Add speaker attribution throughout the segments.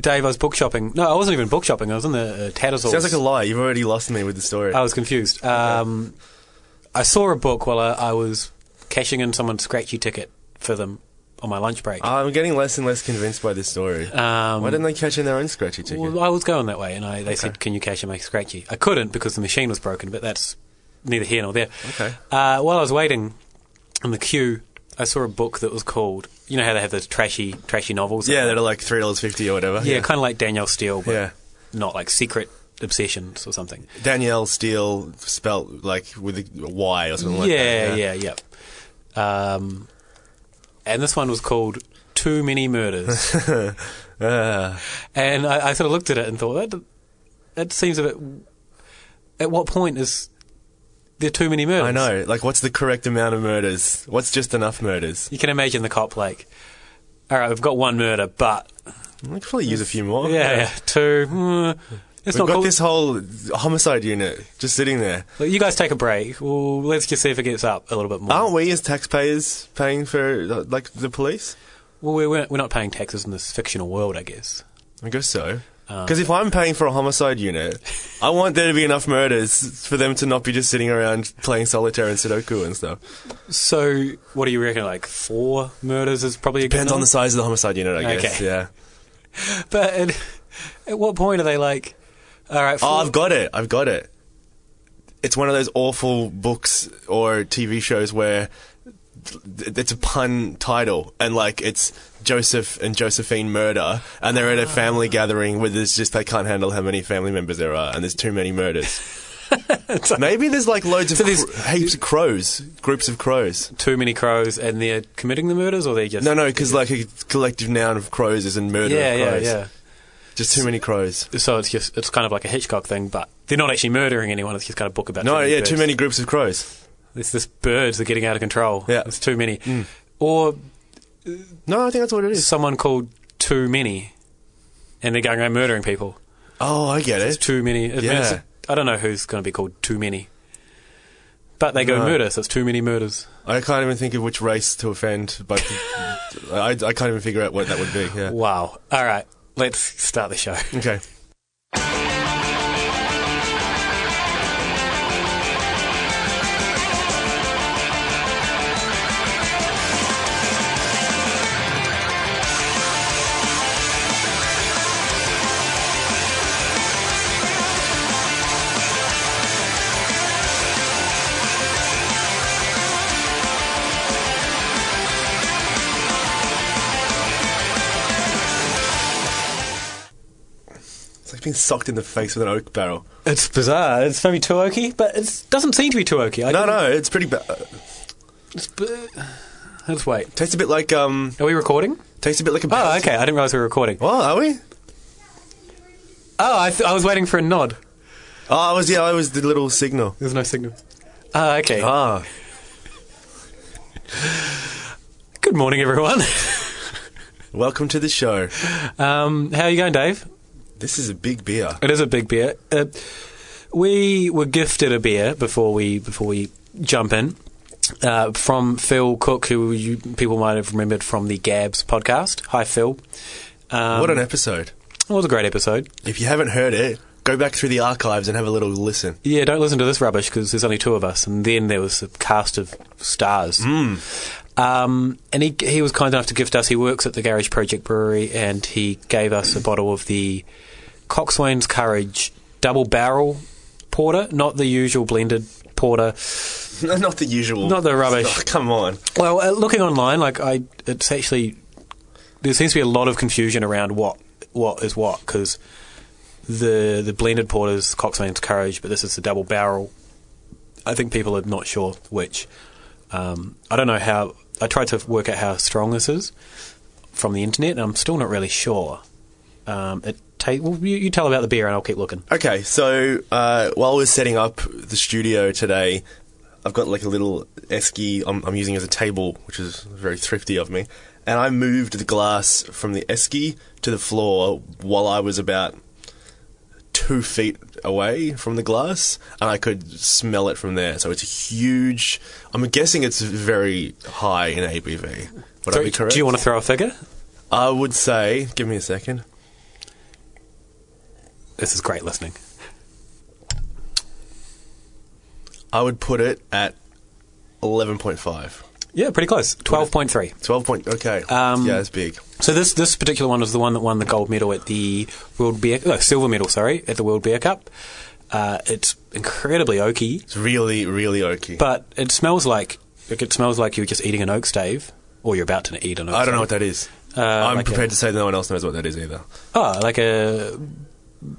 Speaker 1: Dave, I was book shopping. No, I wasn't even book shopping. I was in the uh, Tattersalls.
Speaker 2: Sounds like a lie. You've already lost me with the story.
Speaker 1: I was confused. Um, I saw a book while I, I was cashing in someone's scratchy ticket for them on my lunch break.
Speaker 2: I'm getting less and less convinced by this story.
Speaker 1: Um,
Speaker 2: Ah, Why didn't they catch in their own scratchy ticket?
Speaker 1: Well, I was going that way, and I, they said, "Can you cash in my scratchy?" I couldn't because the machine was broken, but that's neither here nor there.
Speaker 2: Okay.
Speaker 1: Uh, while I was waiting in the queue, I saw a book that was called. You know how they have those trashy, trashy novels.
Speaker 2: yeah, that are like three dollars fifty or whatever.
Speaker 1: yeah, kind of like Danielle Steele, but
Speaker 2: Yeah.
Speaker 1: not like Secret Obsessions or something.
Speaker 2: Danielle Steele spelt like with a Y or something like
Speaker 1: yeah,
Speaker 2: that.
Speaker 1: yeah, yeah, Um, and this one was called "Too Many Murders,"
Speaker 2: Uh,
Speaker 1: and I, I sort of looked at it and thought that that seems a bit. At what point is there too many murders?
Speaker 2: I know. Like, what's the correct amount of murders? What's just enough murders?
Speaker 1: You can imagine the cop like, all right, we've got one murder, but
Speaker 2: I could probably use a few more.
Speaker 1: yeah, yeah, two. mm, it's
Speaker 2: Oh, We've
Speaker 1: not
Speaker 2: got
Speaker 1: cool.
Speaker 2: this whole homicide unit just sitting there.
Speaker 1: Look, You guys take a break. Well, let's just see if it gets up a little bit more.
Speaker 2: Aren't we as taxpayers paying for uh, like the police?
Speaker 1: Well, we're- we're we're not paying taxes in this fictional world, I guess.
Speaker 2: I guess so. Because if I'm paying for a homicide unit, I want there to be enough murders for them to not be just sitting around playing solitaire and Sudoku and stuff.
Speaker 1: So, what do you reckon? Like four murders is probably a good
Speaker 2: Depends on the
Speaker 1: number?
Speaker 2: size of the homicide unit, I guess.
Speaker 1: Uh-huh. Okay.
Speaker 2: Yeah.
Speaker 1: But at, at what point are they like? All right, four,
Speaker 2: Oh, I've got it. I've got it. It's one of those awful books or TV shows where th- it's a pun title and like it's Joseph and Josephine murder and they're at a family gathering where there's just they can't handle how many family members there are and there's too many murders. Maybe there's like loads of
Speaker 1: So there's-
Speaker 2: cr- heaps of crows, groups of crows.
Speaker 1: too many crows, and they're committing the murders, or they just
Speaker 2: Oh. No, no, because like a collective noun of crows is in murder
Speaker 1: yeah,
Speaker 2: of
Speaker 1: yeah,
Speaker 2: crows.
Speaker 1: yeah.
Speaker 2: Just too many crows.
Speaker 1: So it's just it's kind of like a Hitchcock thing, but they're not actually murdering anyone. It's just kind of book about
Speaker 2: No, yeah,
Speaker 1: birds.
Speaker 2: too many groups of crows.
Speaker 1: It's this birds are getting out of control.
Speaker 2: Yeah. Mm.
Speaker 1: It's too many. Or
Speaker 2: No, I think that's what it is.
Speaker 1: someone called too many and they're going around murdering people.
Speaker 2: Oh, I get it.
Speaker 1: It's too many. I, mean,
Speaker 2: Yeah.
Speaker 1: it's- I don't know who's going to be called too many. But they go
Speaker 2: No.
Speaker 1: murder, so it's too many murders.
Speaker 2: I can't even think of which race to offend, but I, I can't even figure out what that would be. Yeah.
Speaker 1: Wow. All right. Let's start the show.
Speaker 2: Okay. It's like being socked in the face with an oak barrel.
Speaker 1: It's bizarre. It's maybe too oaky, but it doesn't seem to be too oaky. I
Speaker 2: No, no, it's pretty bad.
Speaker 1: Let's wait.
Speaker 2: Tastes a bit like um.
Speaker 1: Are we recording?
Speaker 2: Tastes a bit like a.
Speaker 1: Oh, okay. I didn't realize we were recording.
Speaker 2: Well, are we?
Speaker 1: Oh, I, th- I was waiting for a nod.
Speaker 2: Oh, I was. Yeah, I was the little signal.
Speaker 1: There's no signal. Oh, okay.
Speaker 2: Ah,
Speaker 1: Good morning, everyone.
Speaker 2: welcome to the show.
Speaker 1: um, how are you going, Dave?
Speaker 2: This is a big beer.
Speaker 1: It is a big beer. Uh, we were gifted a beer before we before we jump in uh, from Phil Cook, who you, people might have remembered from the Gabs podcast. Hi, Phil. Um,
Speaker 2: what an episode!
Speaker 1: it was a great episode.
Speaker 2: If you haven't heard it, go back through the archives and have a little listen.
Speaker 1: Yeah, don't listen to this rubbish because there's only two of us, and then there was a cast of stars. Um, and he he was kind enough to gift us. He works at the Garage Project Brewery, and he gave us a bottle of the Coxswain's Courage double barrel porter, not the usual blended porter.
Speaker 2: Not the usual.
Speaker 1: Not the rubbish.
Speaker 2: Oh, come on.
Speaker 1: Well, uh, looking online, like I, it's actually there seems to be a lot of confusion around what what is what because the the blended porters Coxswain's Courage, but this is the double barrel. I think people are not sure which. Um, I don't know how. I tried to work out how strong this is from the internet, and I'm still not really sure. Um, it ta- well, you, you tell about the beer, and I'll keep looking.
Speaker 2: Okay, so uh, while we're setting up the studio today, I've got like a little esky I'm, I'm using as a table, which is very thrifty of me. And I moved the glass from the esky to the floor while I was about two feet away from the glass, and I could smell it from there. So it's a huge. I'm guessing it's very high in ABV. Would I be correct?
Speaker 1: do you want to throw a figure?
Speaker 2: I would say. Give me a second.
Speaker 1: This is great listening.
Speaker 2: I would put it at 11.5.
Speaker 1: Yeah, pretty close. Twelve point three.
Speaker 2: 12 point. Okay.
Speaker 1: Um,
Speaker 2: yeah, that's big.
Speaker 1: So this this particular one was the one that won the gold medal at the World Beer, no, silver medal, sorry, at the World Beer Cup. Uh, it's incredibly oaky,
Speaker 2: It's really, really oaky.
Speaker 1: but it smells like like, it smells like you're just eating an oak stave, or you're about to eat an oak.
Speaker 2: I don't know what
Speaker 1: stave.
Speaker 2: that is.
Speaker 1: Uh,
Speaker 2: I'm
Speaker 1: like
Speaker 2: prepared
Speaker 1: a-
Speaker 2: to say no one else knows what that is either.
Speaker 1: Oh, like a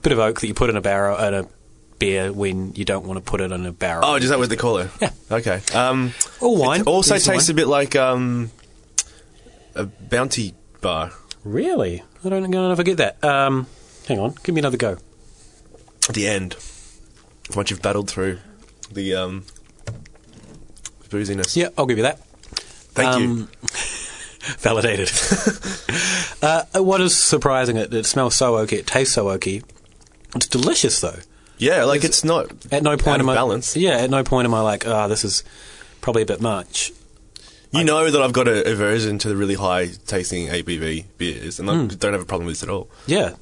Speaker 1: bit of oak that you put in a barrel in a beer when you don't want to put it in a barrel.
Speaker 2: Oh, is that what they call it?
Speaker 1: Yeah.
Speaker 2: Okay. Um,
Speaker 1: Or wine.
Speaker 2: It also
Speaker 1: Use the
Speaker 2: tastes
Speaker 1: wine.
Speaker 2: a bit like um, a bounty bar.
Speaker 1: really? I don't think I'll ever get that. Um, hang on, give me another go.
Speaker 2: At the end, once you've battled through the um, booziness.
Speaker 1: Yeah, I'll give you that.
Speaker 2: Thank you.
Speaker 1: Um, Validated. uh, what is surprising? It, it smells so oaky. It tastes so oaky. It's delicious though.
Speaker 2: Yeah, like it's not
Speaker 1: At no point
Speaker 2: out
Speaker 1: am
Speaker 2: of
Speaker 1: I
Speaker 2: balance.
Speaker 1: Yeah, at no point am I like, ah, this is probably a bit much.
Speaker 2: You know that I've got a aversion to the really high tasting ABV beers, and I
Speaker 1: Hmm.
Speaker 2: don't have a problem with this at all.
Speaker 1: Yeah.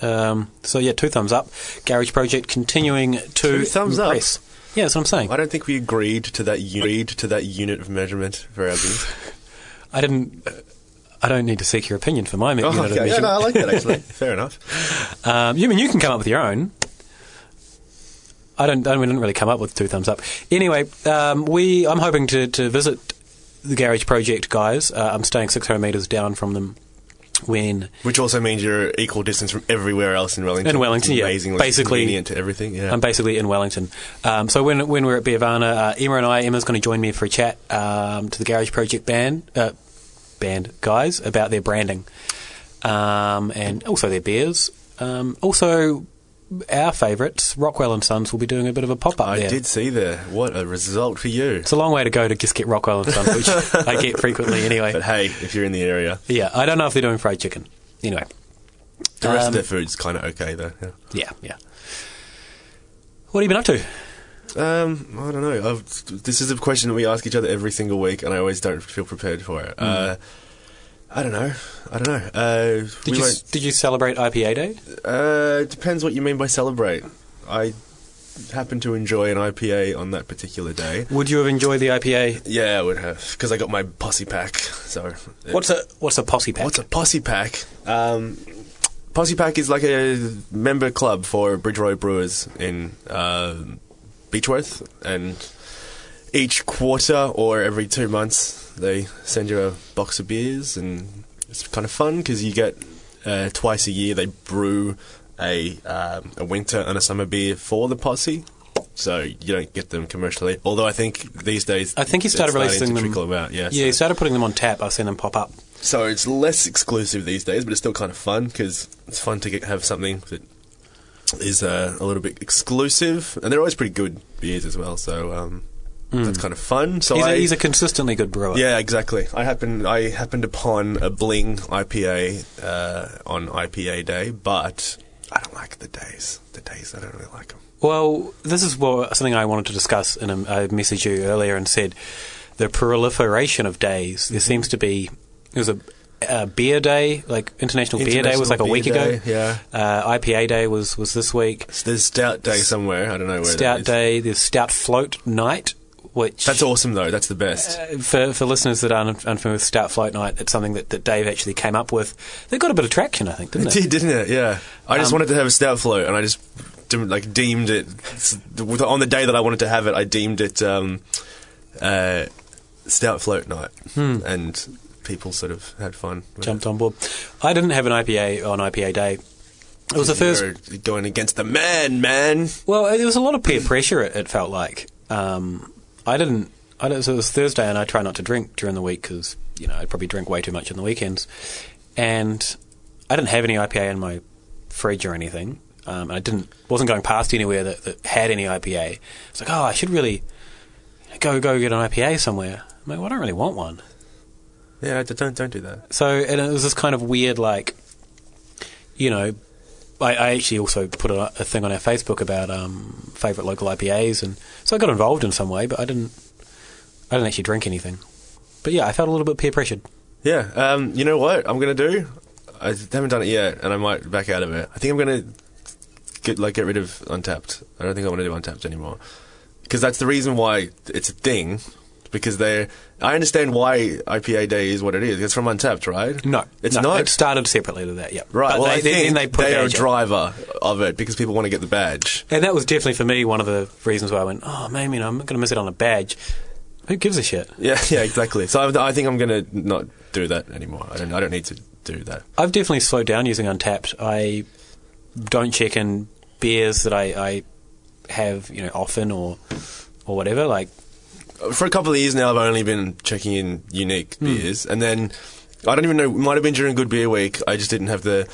Speaker 1: Um, so yeah, two thumbs up. Garage Project continuing to
Speaker 2: Two thumbs up?
Speaker 1: impress. Yeah, that's what I'm saying.
Speaker 2: I don't think we agreed to that unit, agreed to that unit of measurement for our beers.
Speaker 1: I didn't. I don't need to seek your opinion for my
Speaker 2: Oh,
Speaker 1: unit of
Speaker 2: okay. Yeah,
Speaker 1: measurement.
Speaker 2: no, I like that actually. Fair enough.
Speaker 1: Um, you mean you can come up with your own? I don't. I mean, I didn't really come up with two thumbs up. Anyway, um, we. I'm hoping to, to visit the Garage Project guys. Uh, I'm staying 600 meters down from them when
Speaker 2: Which also means you're equal distance from everywhere else in Wellington.
Speaker 1: In Wellington,
Speaker 2: It's
Speaker 1: yeah.
Speaker 2: amazingly
Speaker 1: Basically-
Speaker 2: convenient to everything. Yeah,
Speaker 1: I'm basically in Wellington. Um, so when when we're at Beavana, uh, Emma and I, Emma's going to join me for a chat um, to the Garage Project band uh, band guys about their branding um, and also their beers. Um, also, our favourites, Rockwell and Sons, will be doing a bit of a pop up.
Speaker 2: I
Speaker 1: there.
Speaker 2: did see there. What a result for you!
Speaker 1: It's a long way to go to just get Rockwell and Sons, which I get frequently anyway.
Speaker 2: But hey, if you're in the area,
Speaker 1: Yeah, I don't know if they're doing fried chicken. Anyway,
Speaker 2: the rest
Speaker 1: Um,
Speaker 2: of their food's kind of okay though. Yeah.
Speaker 1: yeah, yeah. What have you been up to?
Speaker 2: Um, I don't know. I've, this is a question that we ask each other every single week, and I always don't feel prepared for it. Uh, I don't know. I don't know. Uh,
Speaker 1: Did
Speaker 2: we
Speaker 1: you
Speaker 2: won't-
Speaker 1: did you celebrate IPA Day?
Speaker 2: uh, depends what you mean by celebrate. I happen to enjoy an IPA on that particular day.
Speaker 1: Would you have enjoyed the IPA?
Speaker 2: Yeah, I would have because I got my posse pack. So
Speaker 1: What's a what's a posse pack?
Speaker 2: What's a posse pack? Um, posse pack is like a member club for Bridge Road Brewers in uh, Beechworth, and each quarter or every two months they send you a box of beers, and it's kind of fun because you get uh, twice a year they brew a um, a winter and a summer beer for the posse. So you don't get them commercially, although I think these days
Speaker 1: I think he
Speaker 2: it's
Speaker 1: started
Speaker 2: starting
Speaker 1: releasing
Speaker 2: to
Speaker 1: them-
Speaker 2: trickle about. Yeah,
Speaker 1: yeah,
Speaker 2: so-
Speaker 1: you started putting them on tap. I've seen them pop up.
Speaker 2: so it's less exclusive these days, but it's still kind of fun because it's fun to get, have something that is uh, a little bit exclusive, and they're always pretty good beers as well. So um, that's kind of fun. So
Speaker 1: Hmm. He's
Speaker 2: I-
Speaker 1: a, he's a consistently good brewer.
Speaker 2: yeah, exactly. I happened I happened upon a Bling IPA uh, on IPA day, but I don't like the days. The days I don't really like them.
Speaker 1: Well, this is what, something I wanted to discuss, and um, I messaged you earlier and said the proliferation of days. There seems to be there was a, a beer day, like International, Beer Day was like a
Speaker 2: International
Speaker 1: week
Speaker 2: Beer
Speaker 1: ago.
Speaker 2: Day, yeah.
Speaker 1: Uh, IPA Day was was this week.
Speaker 2: There's Stout Day somewhere. I don't know where. that
Speaker 1: Stout
Speaker 2: is.
Speaker 1: Day. There's Stout Float Night, which
Speaker 2: That's awesome though. That's the best.
Speaker 1: Uh, for, for listeners that aren't unfamiliar with Stout Float Night, it's something that, that Dave actually came up with. They got a bit of traction, I think, didn't
Speaker 2: It
Speaker 1: they?
Speaker 2: did, didn't it? Yeah. I just
Speaker 1: Um,
Speaker 2: wanted to have a stout float, and I just dim- like deemed it s- on the day that I wanted to have it. I deemed it um, uh, stout float night,
Speaker 1: Hmm.
Speaker 2: and people sort of had fun. With
Speaker 1: Jumped on board. I didn't have an IPA on IPA Day. It was the
Speaker 2: it.
Speaker 1: first.
Speaker 2: You're going against the man, man.
Speaker 1: Well, there was a lot of peer pressure. It, it felt like um, I didn't. I don't, so it was Thursday, and I try not to drink during the week because you know I probably drink way too much on the weekends, and I didn't have any IPA in my fridge or anything. Um, and I didn't wasn't going past anywhere that, that had any IPA. It's like, oh, I should really go go get an IPA somewhere. I'm like, well, I don't really want one.
Speaker 2: Yeah, d- don't don't do that.
Speaker 1: So, and it was this kind of weird, like, you know, I, I actually also put a, a thing on our Facebook about um, favorite local IPAs, and so I got involved in some way, but I didn't, I didn't actually drink anything. But yeah, I felt a little bit peer pressured.
Speaker 2: Yeah. Um, you know what I'm gonna do? I haven't done it yet, and I might back out of it. I think I'm gonna get like get rid of Untapped. I don't think I want to do Untapped anymore because that's the reason why it's a thing. Because they, I understand why IPA Day is what it is. It's from Untapped, right?
Speaker 1: No,
Speaker 2: it's
Speaker 1: no,
Speaker 2: not.
Speaker 1: It started separately to that. Yeah,
Speaker 2: right.
Speaker 1: But
Speaker 2: well, I
Speaker 1: they,
Speaker 2: think
Speaker 1: then they put
Speaker 2: are a
Speaker 1: badge up.
Speaker 2: driver of it because people want to get the badge.
Speaker 1: And that was definitely for me one of the reasons why I went, oh man, you know, I'm going to miss it on a badge. Who gives a shit?
Speaker 2: Yeah, yeah, exactly. So I, I think I'm gonna not do that anymore. I don't. I don't need to do that.
Speaker 1: I've definitely slowed down using Untapped. I don't check in beers that I, I have, you know, often or or whatever. Like,
Speaker 2: for a couple of years now, I've only been checking in unique
Speaker 1: Hmm.
Speaker 2: beers, and then I don't even know. It might have been during Good Beer Week. I just didn't have the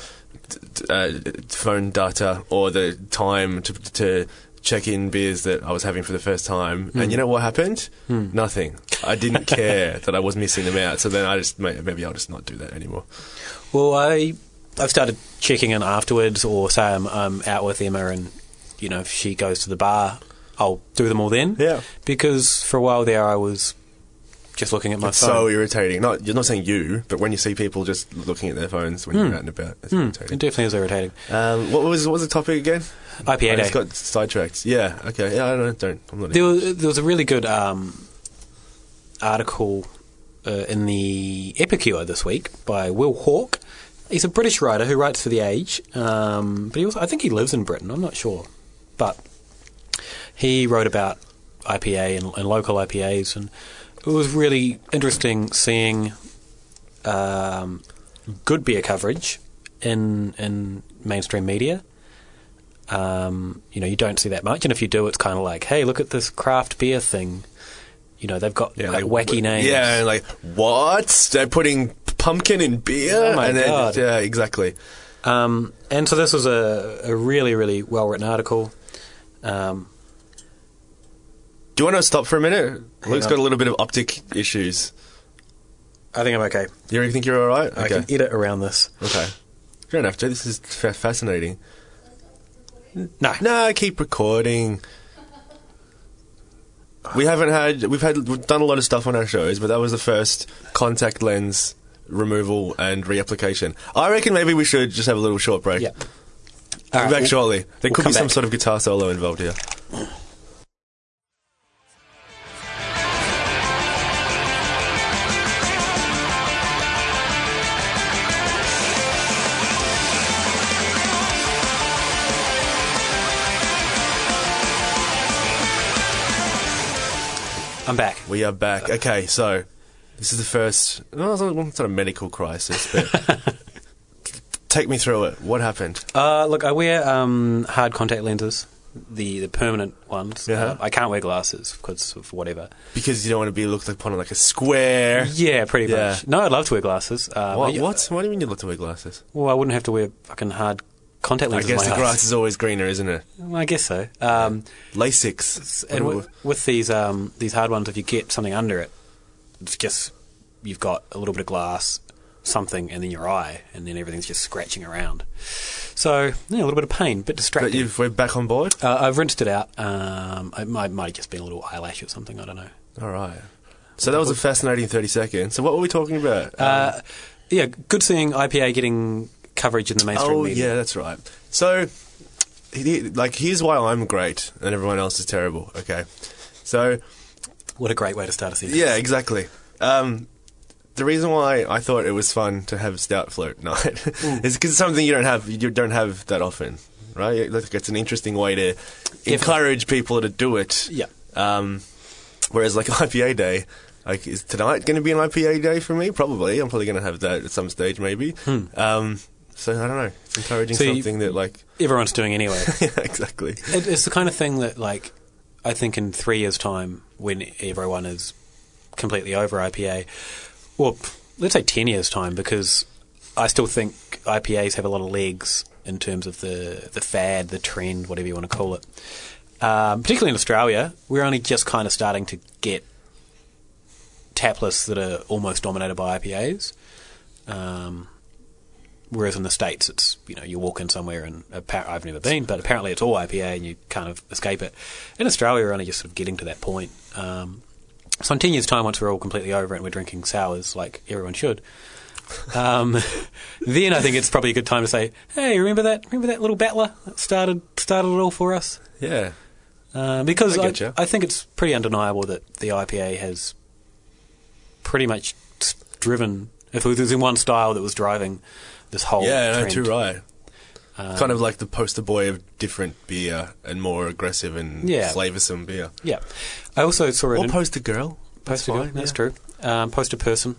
Speaker 2: t- t- uh, phone data or the time to, to check in beers that I was having for the first time.
Speaker 1: Hmm.
Speaker 2: And you know what happened? Nothing. I didn't care that I was missing them out. So then I just may- maybe I'll just not do that anymore.
Speaker 1: well, I I've started checking in afterwards, or say I'm, I'm out with Emma and you know if she goes to the bar, I'll do them all then.
Speaker 2: Yeah.
Speaker 1: Because for a while there, I was just looking at my
Speaker 2: It's so
Speaker 1: phone.
Speaker 2: irritating. Not you're not saying you, but when you see people just looking at their phones
Speaker 1: Hmm.
Speaker 2: when you're out and about, it's
Speaker 1: it
Speaker 2: irritating.
Speaker 1: definitely is irritating.
Speaker 2: Um, what was what was the topic again?
Speaker 1: IPA
Speaker 2: I
Speaker 1: day.
Speaker 2: just got sidetracked. Yeah. Okay. Yeah. I don't. Don't. I'm not.
Speaker 1: There was, there was a really good um, article uh, in the Epicure this week by Will Hawke. He's a British writer who writes for The Age, um, but he also I think he lives in Britain. I'm not sure, but he wrote about IPA and, and local IPAs, and it was really interesting seeing um, good beer coverage in in mainstream media um, you know, you don't see that much. And if you do, it's kind of like, hey, look at this craft beer thing. You know, they've got like, wacky names.
Speaker 2: Yeah, and like what? They're putting pumpkin in beer,
Speaker 1: Oh my
Speaker 2: and then
Speaker 1: God.
Speaker 2: yeah, exactly.
Speaker 1: Um, and so this was a, a really, really well written article. Um,
Speaker 2: Do you want to stop for a minute?
Speaker 1: Hang
Speaker 2: Luke's
Speaker 1: on.
Speaker 2: got a little bit of optic issues.
Speaker 1: I think I'm okay.
Speaker 2: You think you're all right?
Speaker 1: I
Speaker 2: Okay,
Speaker 1: can edit around this.
Speaker 2: okay. You don't have to. This is fa- fascinating.
Speaker 1: No.
Speaker 2: No, keep recording. We haven't had. We've had. We've done a lot of stuff on our shows, but that was the first contact lens removal and reapplication. I reckon maybe we should just have a little short break.
Speaker 1: Yeah.
Speaker 2: We'll
Speaker 1: All
Speaker 2: be
Speaker 1: right,
Speaker 2: back shortly. There
Speaker 1: we'll
Speaker 2: could be
Speaker 1: come
Speaker 2: some
Speaker 1: back.
Speaker 2: sort of guitar solo involved here.
Speaker 1: I'm back.
Speaker 2: We are back.
Speaker 1: Uh,
Speaker 2: Okay, so this is the first. No, it's not it's not a medical crisis, but take me through it. What happened?
Speaker 1: Uh, look, I wear um, hard contact lenses, the the permanent ones.
Speaker 2: Yeah.
Speaker 1: Uh, I can't wear glasses because of whatever.
Speaker 2: Because you don't want to be looked upon like a square.
Speaker 1: Yeah, pretty
Speaker 2: Yeah.
Speaker 1: much. No, I'd love to wear glasses. Uh,
Speaker 2: What?
Speaker 1: but-
Speaker 2: What? Why do you mean you look to wear glasses?
Speaker 1: Well, I wouldn't have to wear fucking hard contact
Speaker 2: I
Speaker 1: lenses.
Speaker 2: guess
Speaker 1: in
Speaker 2: the
Speaker 1: my
Speaker 2: grass is always greener, isn't it?
Speaker 1: Well, I guess so. Um,
Speaker 2: Lasix.
Speaker 1: and with, with these um, these hard ones, if you get something under it, it's just you've got a little bit of glass, something, and then your eye, and then everything's just scratching around. So yeah, a little bit of pain, bit
Speaker 2: But
Speaker 1: distracting.
Speaker 2: you've, we're back on board.
Speaker 1: Uh, I've rinsed it out. Um, it might might have just been a little eyelash or something. I don't know.
Speaker 2: All right. So that was a fascinating thirty seconds. So what were we talking about?
Speaker 1: Uh, yeah, good seeing IPA getting coverage in the mainstream
Speaker 2: Oh
Speaker 1: media.
Speaker 2: yeah, that's right. So, he- like, here's why I'm great and everyone else is terrible. Okay, so
Speaker 1: What a great way to start a season.
Speaker 2: yeah, exactly. Um, the reason why I thought it was fun to have stout float night
Speaker 1: Mm.
Speaker 2: is because it's something you don't have you don't have that often, right? Like, it's an interesting way to encourage people to do it.
Speaker 1: Yeah.
Speaker 2: Um, whereas like IPA day, like is tonight going to be an IPA day for me? Probably. I'm probably going to have that at some stage, maybe. Um, so I don't know. It's encouraging
Speaker 1: Hmm. So you-
Speaker 2: something that like
Speaker 1: Everyone's doing anyway.
Speaker 2: yeah, exactly.
Speaker 1: It, it's the kind of thing that, like, I think in three years' time, when everyone is completely over IPA, well, pff, let's say 10 years' time, because I still think IPAs have a lot of legs in terms of the, the fad, the trend, whatever you want to call it. Um, particularly in Australia, we're only just kind of starting to get tap lists that are almost dominated by IPAs. Um, whereas in the states, it's you know you walk in somewhere and appa- I've never been, but apparently it's all IPA and you kind of escape it. In Australia, we're only just sort of getting to that point. Um, so in ten years' time, once we're all completely over it and we're drinking sours like everyone should, Um, then I think it's probably a good time to say, "Hey, remember that? Remember that little battler that started started it all for us?"
Speaker 2: Yeah.
Speaker 1: Uh, because
Speaker 2: I
Speaker 1: I,
Speaker 2: get ya.
Speaker 1: I, think it's pretty undeniable that the IPA has pretty much s- driven. If it was in one style that was driving this whole
Speaker 2: Yeah, no,
Speaker 1: trend.
Speaker 2: too right.
Speaker 1: Um,
Speaker 2: kind of like the poster boy of different beer and more aggressive and
Speaker 1: Yeah.
Speaker 2: flavoursome beer.
Speaker 1: Yeah, I also saw it.
Speaker 2: Or
Speaker 1: in-
Speaker 2: poster girl.
Speaker 1: Poster
Speaker 2: That's
Speaker 1: girl,
Speaker 2: fine,
Speaker 1: that's
Speaker 2: yeah.
Speaker 1: true. Um, poster person.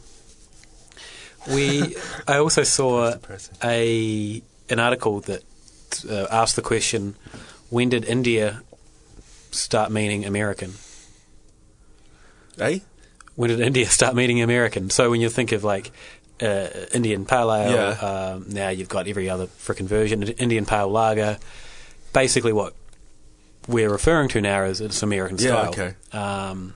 Speaker 1: We, I also saw
Speaker 2: Poster person.
Speaker 1: a an article that uh, asked the question, when did India start meaning American?
Speaker 2: Eh?
Speaker 1: When did India start meaning American? So when you think of like uh, Indian Pale Ale,
Speaker 2: Yeah.
Speaker 1: um, now you've got every other frickin' version. Indian Pale Lager, basically what we're referring to now is it's American
Speaker 2: Yeah,
Speaker 1: style.
Speaker 2: okay.
Speaker 1: Um,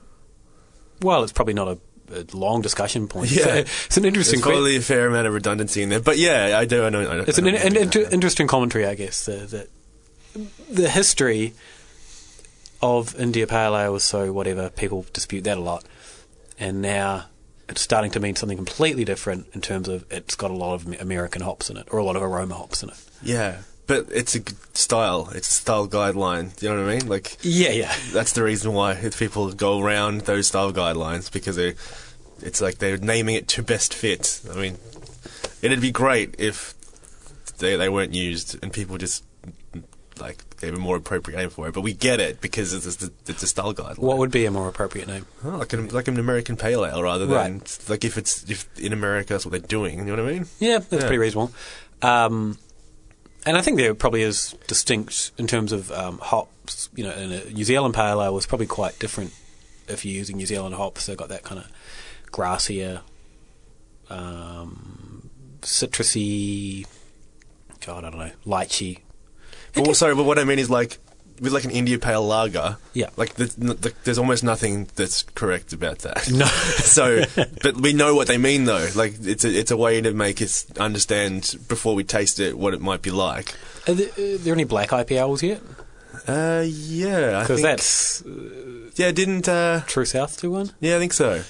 Speaker 1: well, it's probably not a, a long discussion point.
Speaker 2: Yeah.
Speaker 1: it's an interesting.
Speaker 2: There's
Speaker 1: que-
Speaker 2: probably a fair amount of redundancy in there. But yeah, I do. I know. I know
Speaker 1: it's an, an inter- interesting commentary, I guess. The, the the history of India Pale Ale was so whatever. People dispute that a lot, and now it's starting to mean something completely different in terms of it's got a lot of American hops in it or a lot of aroma hops in it.
Speaker 2: yeah. But it's a g- style. It's a style guideline. Do you know what I mean? Like,
Speaker 1: Yeah, yeah,
Speaker 2: that's the reason why if people go around those style guidelines because they it's like they're naming it to best fit. I mean, it'd be great if they they weren't used and people just like gave a more appropriate name for it. But we get it because it's just a, it's a style guideline.
Speaker 1: What would be a more appropriate name?
Speaker 2: Oh, like an like an American pale ale rather than
Speaker 1: Right.
Speaker 2: like if it's if in America that's what they're doing. You know what I mean?
Speaker 1: Yeah, that's
Speaker 2: Yeah.
Speaker 1: pretty reasonable. Um, and I think there probably is distinct in terms of um, hops. You know, in a New Zealand pale ale was probably quite different if you're using New Zealand hops. They've got that kind of grassier, um, citrusy. God, I don't know, lychee.
Speaker 2: But well, sorry, but what I mean is like with like an India pale lager.
Speaker 1: Yeah.
Speaker 2: Like the, the, there's almost nothing that's correct about that.
Speaker 1: No.
Speaker 2: so, but we know what they mean though. Like it's a, it's a way to make us understand before we taste it what it might be like.
Speaker 1: Are there, are there any black IPLs yet?
Speaker 2: Uh, yeah. I
Speaker 1: Because
Speaker 2: think-
Speaker 1: that's uh,
Speaker 2: yeah. Didn't uh,
Speaker 1: True South do one.
Speaker 2: yeah, I think so.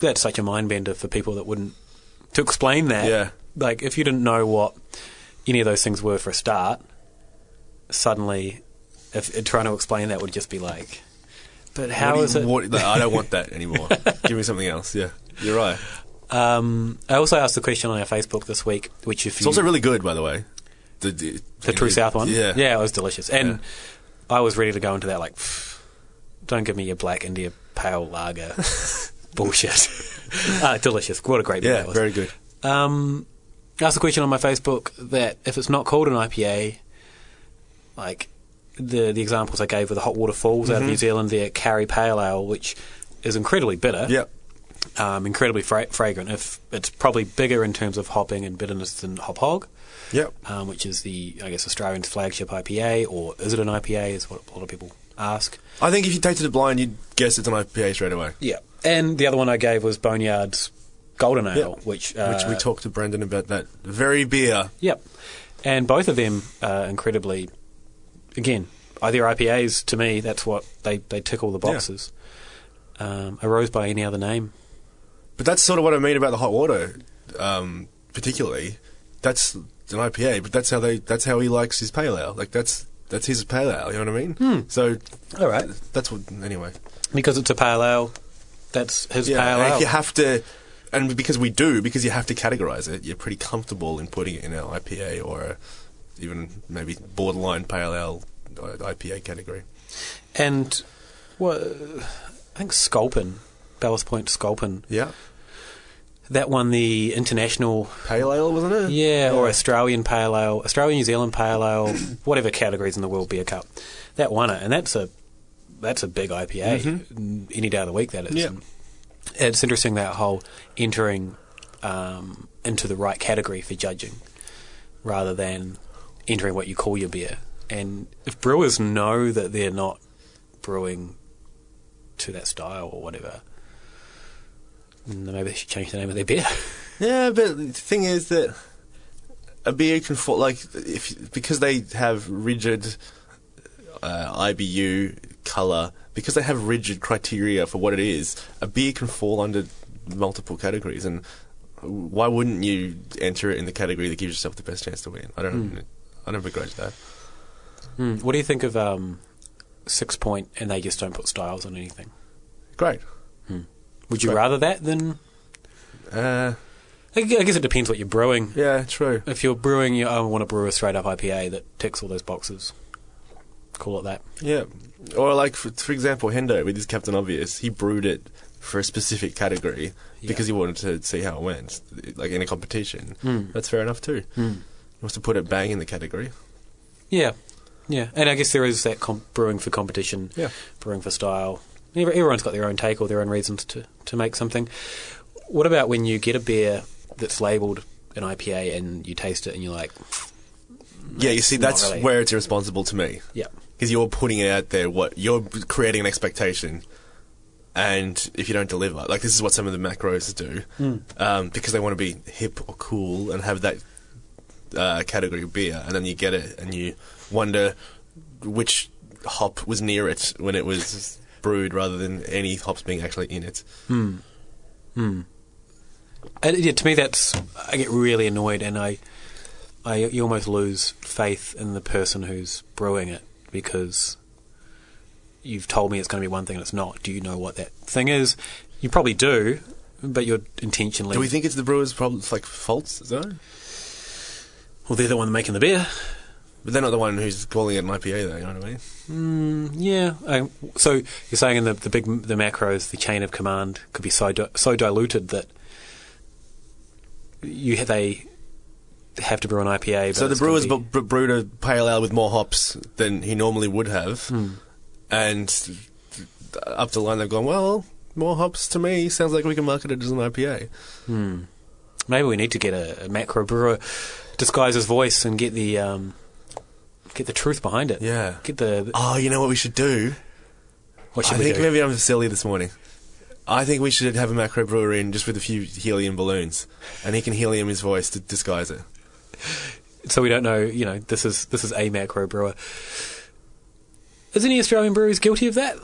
Speaker 1: That's such a mind bender for people that wouldn't to explain that.
Speaker 2: Yeah.
Speaker 1: like if you didn't know what any of those things were for a start, suddenly, if, if trying to explain that would just be like, but how
Speaker 2: What
Speaker 1: is
Speaker 2: do you-
Speaker 1: it?
Speaker 2: what- like, I don't want that anymore. Give me something else. Yeah, you're right.
Speaker 1: Um, I also asked the question on our Facebook this week, which if
Speaker 2: It's
Speaker 1: you
Speaker 2: also really good, by the way. The, the,
Speaker 1: the True South one,
Speaker 2: Yeah.
Speaker 1: yeah, it was delicious, and
Speaker 2: Yeah.
Speaker 1: I was ready to go into that like, "Pff, don't give me your black India pale lager bullshit. uh, delicious, what a great beer
Speaker 2: Yeah,
Speaker 1: that was.
Speaker 2: very good.
Speaker 1: Um, asked a question on my Facebook that if it's not called an IPA, like the the examples I gave with the hot water falls
Speaker 2: Mm-hmm.
Speaker 1: out of New Zealand, their Carry Pale Ale, which is incredibly bitter,
Speaker 2: Yeah.
Speaker 1: um, incredibly fra- fragrant. If it's probably bigger in terms of hopping and bitterness than Hop Hog,
Speaker 2: Yeah.
Speaker 1: um, which is the I guess Australian's flagship IPA, or is it an IPA? Is what a lot of people ask.
Speaker 2: I think if you tasted it blind, you'd guess it's an IPA straight away.
Speaker 1: Yeah, and the other one I gave was Boneyard's Golden Ale,
Speaker 2: Yeah.
Speaker 1: which uh,
Speaker 2: Which we talked to Brendan about that very beer.
Speaker 1: Yep. And both of them are incredibly, again, are their IPAs to me, that's what they, they tick all the
Speaker 2: Yeah.
Speaker 1: boxes. Um, arose by any other name.
Speaker 2: But that's sort of what I mean about the hot water, um, particularly. That's an IPA, but that's how they. That's how he likes his pale ale. Like that's that's his pale ale. You know what I mean? So
Speaker 1: All right.
Speaker 2: that's what. Anyway,
Speaker 1: Because Hmm. it's a pale ale, that's his
Speaker 2: yeah. and
Speaker 1: pale ale.
Speaker 2: if you have to, and because we do, because you have to categorize it, you're pretty comfortable in putting it in an IPA or a, even maybe borderline pale ale uh, IPA category.
Speaker 1: and well, I think Sculpin, Ballast Point Sculpin,
Speaker 2: Yeah,
Speaker 1: that won the international,
Speaker 2: pale ale wasn't it?
Speaker 1: yeah, or Australian pale ale, Australian New Zealand pale ale, whatever categories in the World Beer Cup. That won it, and that's a that's a big IPA n- any day of the week. That is.
Speaker 2: Yeah.
Speaker 1: it's interesting that whole entering um, into the right category for judging rather than entering what you call your beer. And if brewers know that they're not brewing to that style or whatever, then maybe they should change the name of their beer.
Speaker 2: Yeah, but the thing is that a beer can fall like if because they have rigid uh, IBU color because they have rigid criteria for what it is. A beer can fall under multiple categories, and why wouldn't you enter it in the category that gives yourself the best chance to win? I don't. I don't begrudge that.
Speaker 1: Hmm. What do you think of um, Six Point and they just don't put styles on anything?
Speaker 2: Great.
Speaker 1: Would you
Speaker 2: Right.
Speaker 1: rather that than?
Speaker 2: Uh,
Speaker 1: I gu- I guess it depends what you're brewing.
Speaker 2: yeah, true.
Speaker 1: If you're brewing, you "Oh, I want to brew a straight up IPA that ticks all those boxes. Call it that.
Speaker 2: Yeah, or like for, for example, Hendo with his Captain Obvious, he brewed it for a specific category
Speaker 1: Yeah.
Speaker 2: because he wanted to see how it went, like in a competition.
Speaker 1: Mm.
Speaker 2: That's fair enough too.
Speaker 1: Mm.
Speaker 2: He wants to put it bang in the category.
Speaker 1: Yeah, yeah, and I guess there is that com- brewing for competition,
Speaker 2: Yeah.
Speaker 1: brewing for style. Every- Everyone's got their own take or their own reasons to to make something. What about when you get a beer that's labelled an IPA and you taste it and you're like,
Speaker 2: Yeah, you see,
Speaker 1: not
Speaker 2: that's
Speaker 1: really.
Speaker 2: where it's irresponsible to me.
Speaker 1: yeah,
Speaker 2: Because you're putting it out there, what you're b- creating an expectation, and if you don't deliver, like this is what some of the macros do, um, because they want to be hip or cool and have that uh, category of beer, and then you get it and you wonder which hop was near it when it was brewed, rather than any hops being actually in it.
Speaker 1: And, yeah, to me, that's I get really annoyed, and I, I you almost lose faith in the person who's brewing it because you've told me it's going to be one thing and it's not. Do you know what that thing is? You probably do, but you're intentionally.
Speaker 2: Do we think it's the brewer's problem, it's like faults though?
Speaker 1: well, they're the one making the beer.
Speaker 2: But they're not the one who's calling it an IPA, though. You know what I mean?
Speaker 1: Mm, Yeah. I, so you're saying in the the big the macros, the chain of command could be so di- so diluted that you ha- they have to brew an IPA. But
Speaker 2: So the
Speaker 1: it's gonna
Speaker 2: Brewers
Speaker 1: be-
Speaker 2: b- b- brewed a pale ale with more hops than he normally would have, and th- th- up the line they've gone well. More hops to me sounds like we can market it as an IPA.
Speaker 1: Maybe we need to get a, a macro brewer disguise his voice and get the um, get the truth behind it.
Speaker 2: Yeah.
Speaker 1: Get the
Speaker 2: Oh, you know what we should do?
Speaker 1: what should
Speaker 2: I
Speaker 1: we
Speaker 2: think
Speaker 1: do?
Speaker 2: maybe I'm silly this morning. I think we should have a macro brewer in just with a few helium balloons, and he can helium his voice to disguise it.
Speaker 1: so we don't know. You know, this is this is a macro brewer. Is any Australian breweries guilty of that?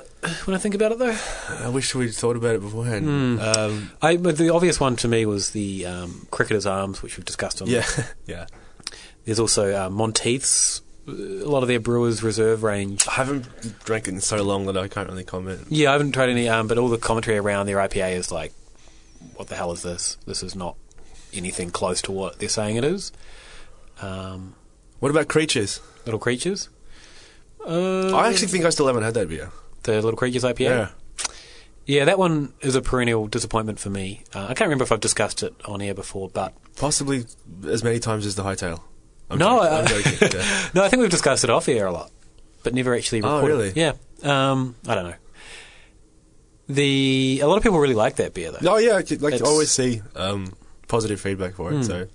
Speaker 1: When I think about it, though,
Speaker 2: I wish we'd thought about it beforehand. Um,
Speaker 1: I but the obvious one to me was the um, Cricketer's Arms, which we've discussed on
Speaker 2: yeah, yeah.
Speaker 1: There's also uh, Monteith's. uh, A lot of their brewers reserve range.
Speaker 2: I haven't drank it in so long that I can't really comment.
Speaker 1: Yeah, I haven't tried any, um, but all the commentary around their IPA is like, "What the hell is this? This is not anything close to what they're saying it is." Um,
Speaker 2: What about creatures?
Speaker 1: little creatures. Uh,
Speaker 2: I actually think I still haven't had that beer.
Speaker 1: the little creatures IPA.
Speaker 2: Yeah.
Speaker 1: Yeah, that one is a perennial disappointment for me. Uh, I can't remember if I've discussed it on air before, but
Speaker 2: Possibly as many times as the hightail. I'm
Speaker 1: No, uh,
Speaker 2: joking,
Speaker 1: I-
Speaker 2: I'm joking. yeah.
Speaker 1: no, I think we've discussed it off air a lot, but never actually
Speaker 2: Oh,
Speaker 1: recorded.
Speaker 2: really?
Speaker 1: Yeah. Um, I don't know. The a lot of people really like that beer though.
Speaker 2: Oh yeah, I could- like I
Speaker 1: It's- Hmm.
Speaker 2: always see um, positive feedback for it. So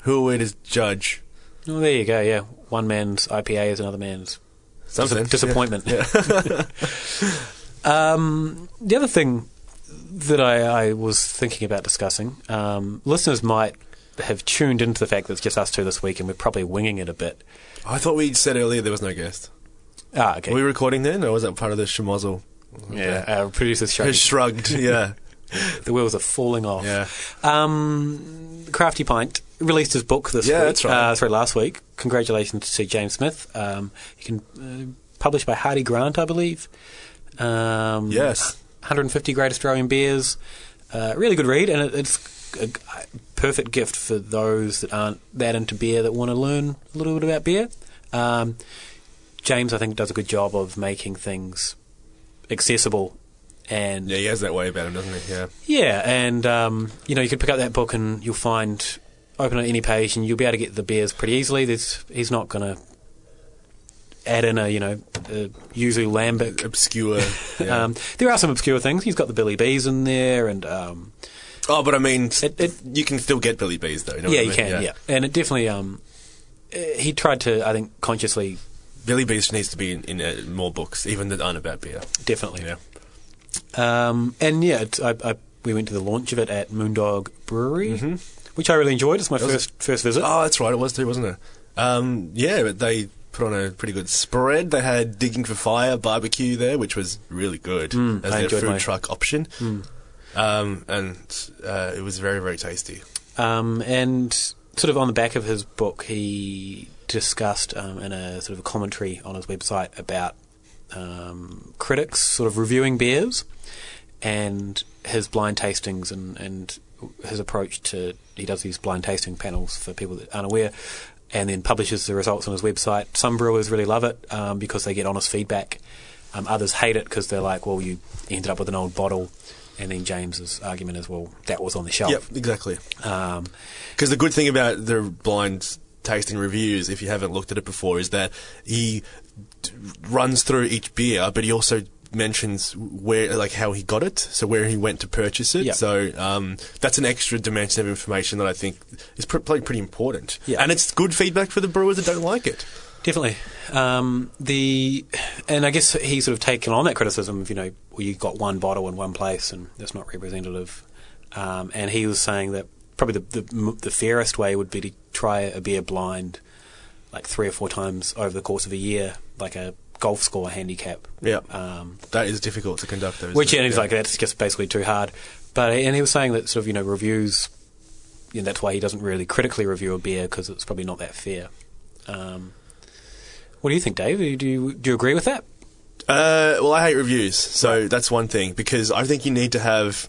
Speaker 2: who are we to judge
Speaker 1: Well, Oh, there you go. Yeah, one man's IPA is another man's
Speaker 2: something?
Speaker 1: Dis- disappointment. um, the other thing that I, I was thinking about discussing, um, listeners might have tuned into the fact that it's just us two this week, and we're probably winging it a bit.
Speaker 2: Yeah. I thought we said earlier there was no guest.
Speaker 1: Ah, okay.
Speaker 2: Were we recording then, or was that part of the schmozzle?
Speaker 1: yeah, our producer's
Speaker 2: Has
Speaker 1: shrugged.
Speaker 2: shrugged. Yeah,
Speaker 1: The wheels are falling off.
Speaker 2: yeah.
Speaker 1: Um, Crafty Pint released his book this
Speaker 2: Yeah,
Speaker 1: week.
Speaker 2: that's right.
Speaker 1: Uh, sorry, last week. Congratulations to James Smith. Um, he can uh, published by Hardy Grant, I believe. Um,
Speaker 2: Yes.
Speaker 1: 150 Great Australian Beers. Uh, really good read, and it, it's a g- perfect gift for those that aren't that into beer that want to learn a little bit about beer. Um, James, I think, does a good job of making things accessible and
Speaker 2: Yeah, he has that way about him, doesn't he? Yeah.
Speaker 1: yeah, and um, you know you can pick up that book and you'll find open on any page and you'll be able to get the beers pretty easily. There's, he's not going to add in a you know a usually lambic.
Speaker 2: Obscure. Yeah.
Speaker 1: Um, there are some obscure things. He's got the Billy Bees in there, and um,
Speaker 2: oh, but I mean,
Speaker 1: it- it-
Speaker 2: you can still get Billy Bees though. You know
Speaker 1: yeah,
Speaker 2: what I
Speaker 1: you
Speaker 2: mean?
Speaker 1: can, yeah. And it definitely, um, uh, he tried to, I think, consciously,
Speaker 2: Billy Bees needs to be in, in uh, more books, even that aren't about beer.
Speaker 1: definitely.
Speaker 2: Yeah.
Speaker 1: Um, and yeah, it's, I, I, we went to the launch of it at Moondog Brewery, which I really enjoyed. It's my
Speaker 2: Mm-hmm. was a-
Speaker 1: first first visit.
Speaker 2: Oh, that's right. It was too, wasn't it? Um, yeah, but they put on a pretty good spread. They had digging for fire barbecue there, which was really good as
Speaker 1: Mm, I
Speaker 2: their
Speaker 1: enjoyed Mm.
Speaker 2: food
Speaker 1: my-
Speaker 2: truck option. um, and uh, it was very very tasty.
Speaker 1: Um, and sort of on the back of his book, he discussed um, in a sort of a commentary on his website about um, critics sort of reviewing beers and his blind tastings and, and his approach to he does these blind tasting panels for people that aren't aware and then publishes the results on his website. Some brewers really love it um, because they get honest feedback. Um, others hate it because they're like, well, you ended up with an old bottle. And then James's argument is, well, that was on the shelf.
Speaker 2: Yep, exactly.
Speaker 1: Um,
Speaker 2: Because the good thing about the blind tasting reviews, if you haven't looked at it before, is that he d- runs through each beer, but he also mentions where, like, how he got it, so where he went to purchase it.
Speaker 1: Yep.
Speaker 2: So um, that's an extra dimension of information that I think is pr- probably pretty important.
Speaker 1: Yeah.
Speaker 2: And it's good feedback for the brewers that don't like it.
Speaker 1: Definitely. Um, the and I guess he's sort of taken on that criticism of you know well, you got one bottle in one place and that's not representative. Um, and he was saying that probably the, the m- the fairest way would be to try a beer blind like three or four times over the course of a year, like a golf score handicap.
Speaker 2: Yeah.
Speaker 1: Um,
Speaker 2: Uh, That is difficult to conduct, though. isn't
Speaker 1: which
Speaker 2: it?
Speaker 1: and he's
Speaker 2: Yeah.
Speaker 1: like that's just basically too hard. But and he was saying that sort of you know reviews, you know, that's why he doesn't really critically review a beer because it's probably not that fair. Um, what do you think, Dave? Do you- Do you do you agree with that?
Speaker 2: Uh, well, I hate reviews, so that's one thing because I think you need to have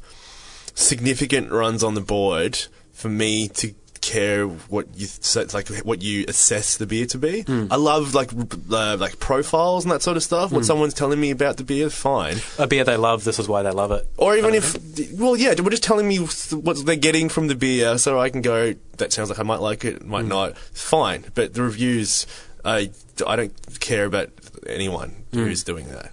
Speaker 2: significant runs on the board for me to care what you so it's like what you assess the beer to be. I love like r- uh, like profiles and that sort of stuff. What someone's telling me about the beer, fine.
Speaker 1: A beer they love. This is why they love it.
Speaker 2: Or even if, well, yeah, they we're just telling me what they're getting from the beer, so I can go. That sounds like I might like it, might not. Fine, but the reviews, I I don't care about anyone who's doing that.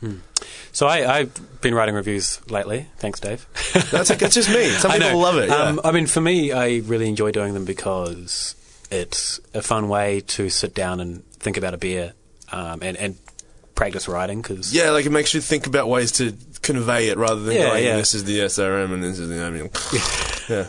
Speaker 1: So I, I've been writing reviews lately. Thanks, Dave.
Speaker 2: That's okay. It's just me. Some
Speaker 1: I
Speaker 2: people
Speaker 1: know.
Speaker 2: love it. Yeah.
Speaker 1: Um, I mean, for me, I really enjoy doing them because it's a fun way to sit down and think about a beer um, and and practice writing because
Speaker 2: yeah, like it makes you think about ways to convey it rather than
Speaker 1: Yeah,
Speaker 2: going,
Speaker 1: yeah.
Speaker 2: this is the SRM and this is the oatmeal. yeah.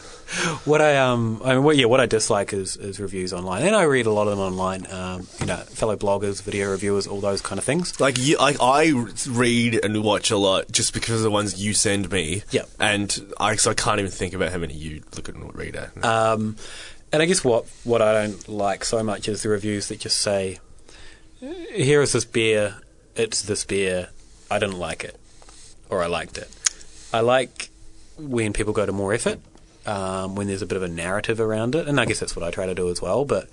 Speaker 1: What I um, I mean, what, yeah, what I dislike is, is reviews online, and I read a lot of them online. Um, you know, fellow bloggers, video reviewers, all those kind of things.
Speaker 2: Like, you, like I read and watch a lot just because of the ones you send me.
Speaker 1: Yeah.
Speaker 2: And I, so I can't even think about how many you look at and read at.
Speaker 1: Um, and I guess what what I don't like so much is the reviews that just say, "Here is this beer, it's this beer, I didn't like it, or I liked it." I like when people go to more effort, um, when there's a bit of a narrative around it, and I guess that's what I try to do as well. But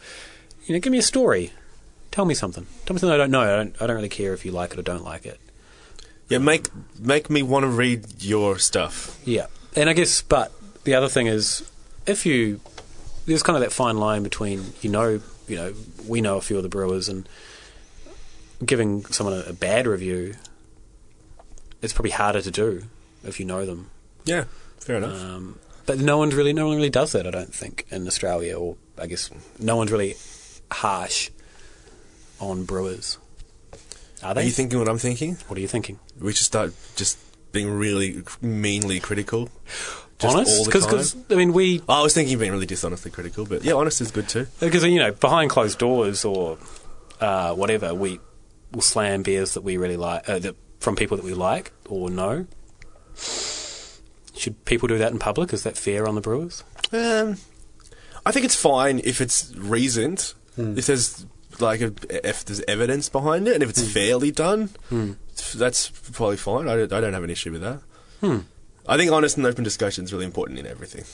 Speaker 1: you know, give me a story, tell me something, tell me something I don't know. I don't I don't really care if you like it or don't like it.
Speaker 2: yeah, make make me want to read your stuff.
Speaker 1: Yeah, and I guess, but the other thing is, if you there's kind of that fine line between you know, you know, we know a few of the brewers, and giving someone a, a bad review, it's probably harder to do if you know them.
Speaker 2: Yeah, fair enough.
Speaker 1: Um, but no one's really, no one really does that. I don't think in Australia, or I guess no one's really harsh on brewers. Are
Speaker 2: Are
Speaker 1: they?
Speaker 2: you thinking what I'm thinking?
Speaker 1: what are you thinking?
Speaker 2: We should start just being really meanly critical. Just all
Speaker 1: Honest?
Speaker 2: the
Speaker 1: Because I mean, we
Speaker 2: I was thinking being really dishonestly critical, but yeah, honest is good too.
Speaker 1: Because you know, behind closed doors or uh, whatever, we will slam beers that we really like uh, that, from people that we like or know. Should people do that in public? Is that fair on the brewers?
Speaker 2: Um, I think it's fine if it's reasoned.
Speaker 1: Hmm.
Speaker 2: If there's like a, if there's evidence behind it, and if
Speaker 1: Hmm.
Speaker 2: it's fairly done, f- that's probably fine. I don't, I don't have an issue with that.
Speaker 1: Hmm.
Speaker 2: I think honest and open discussion is really important in everything.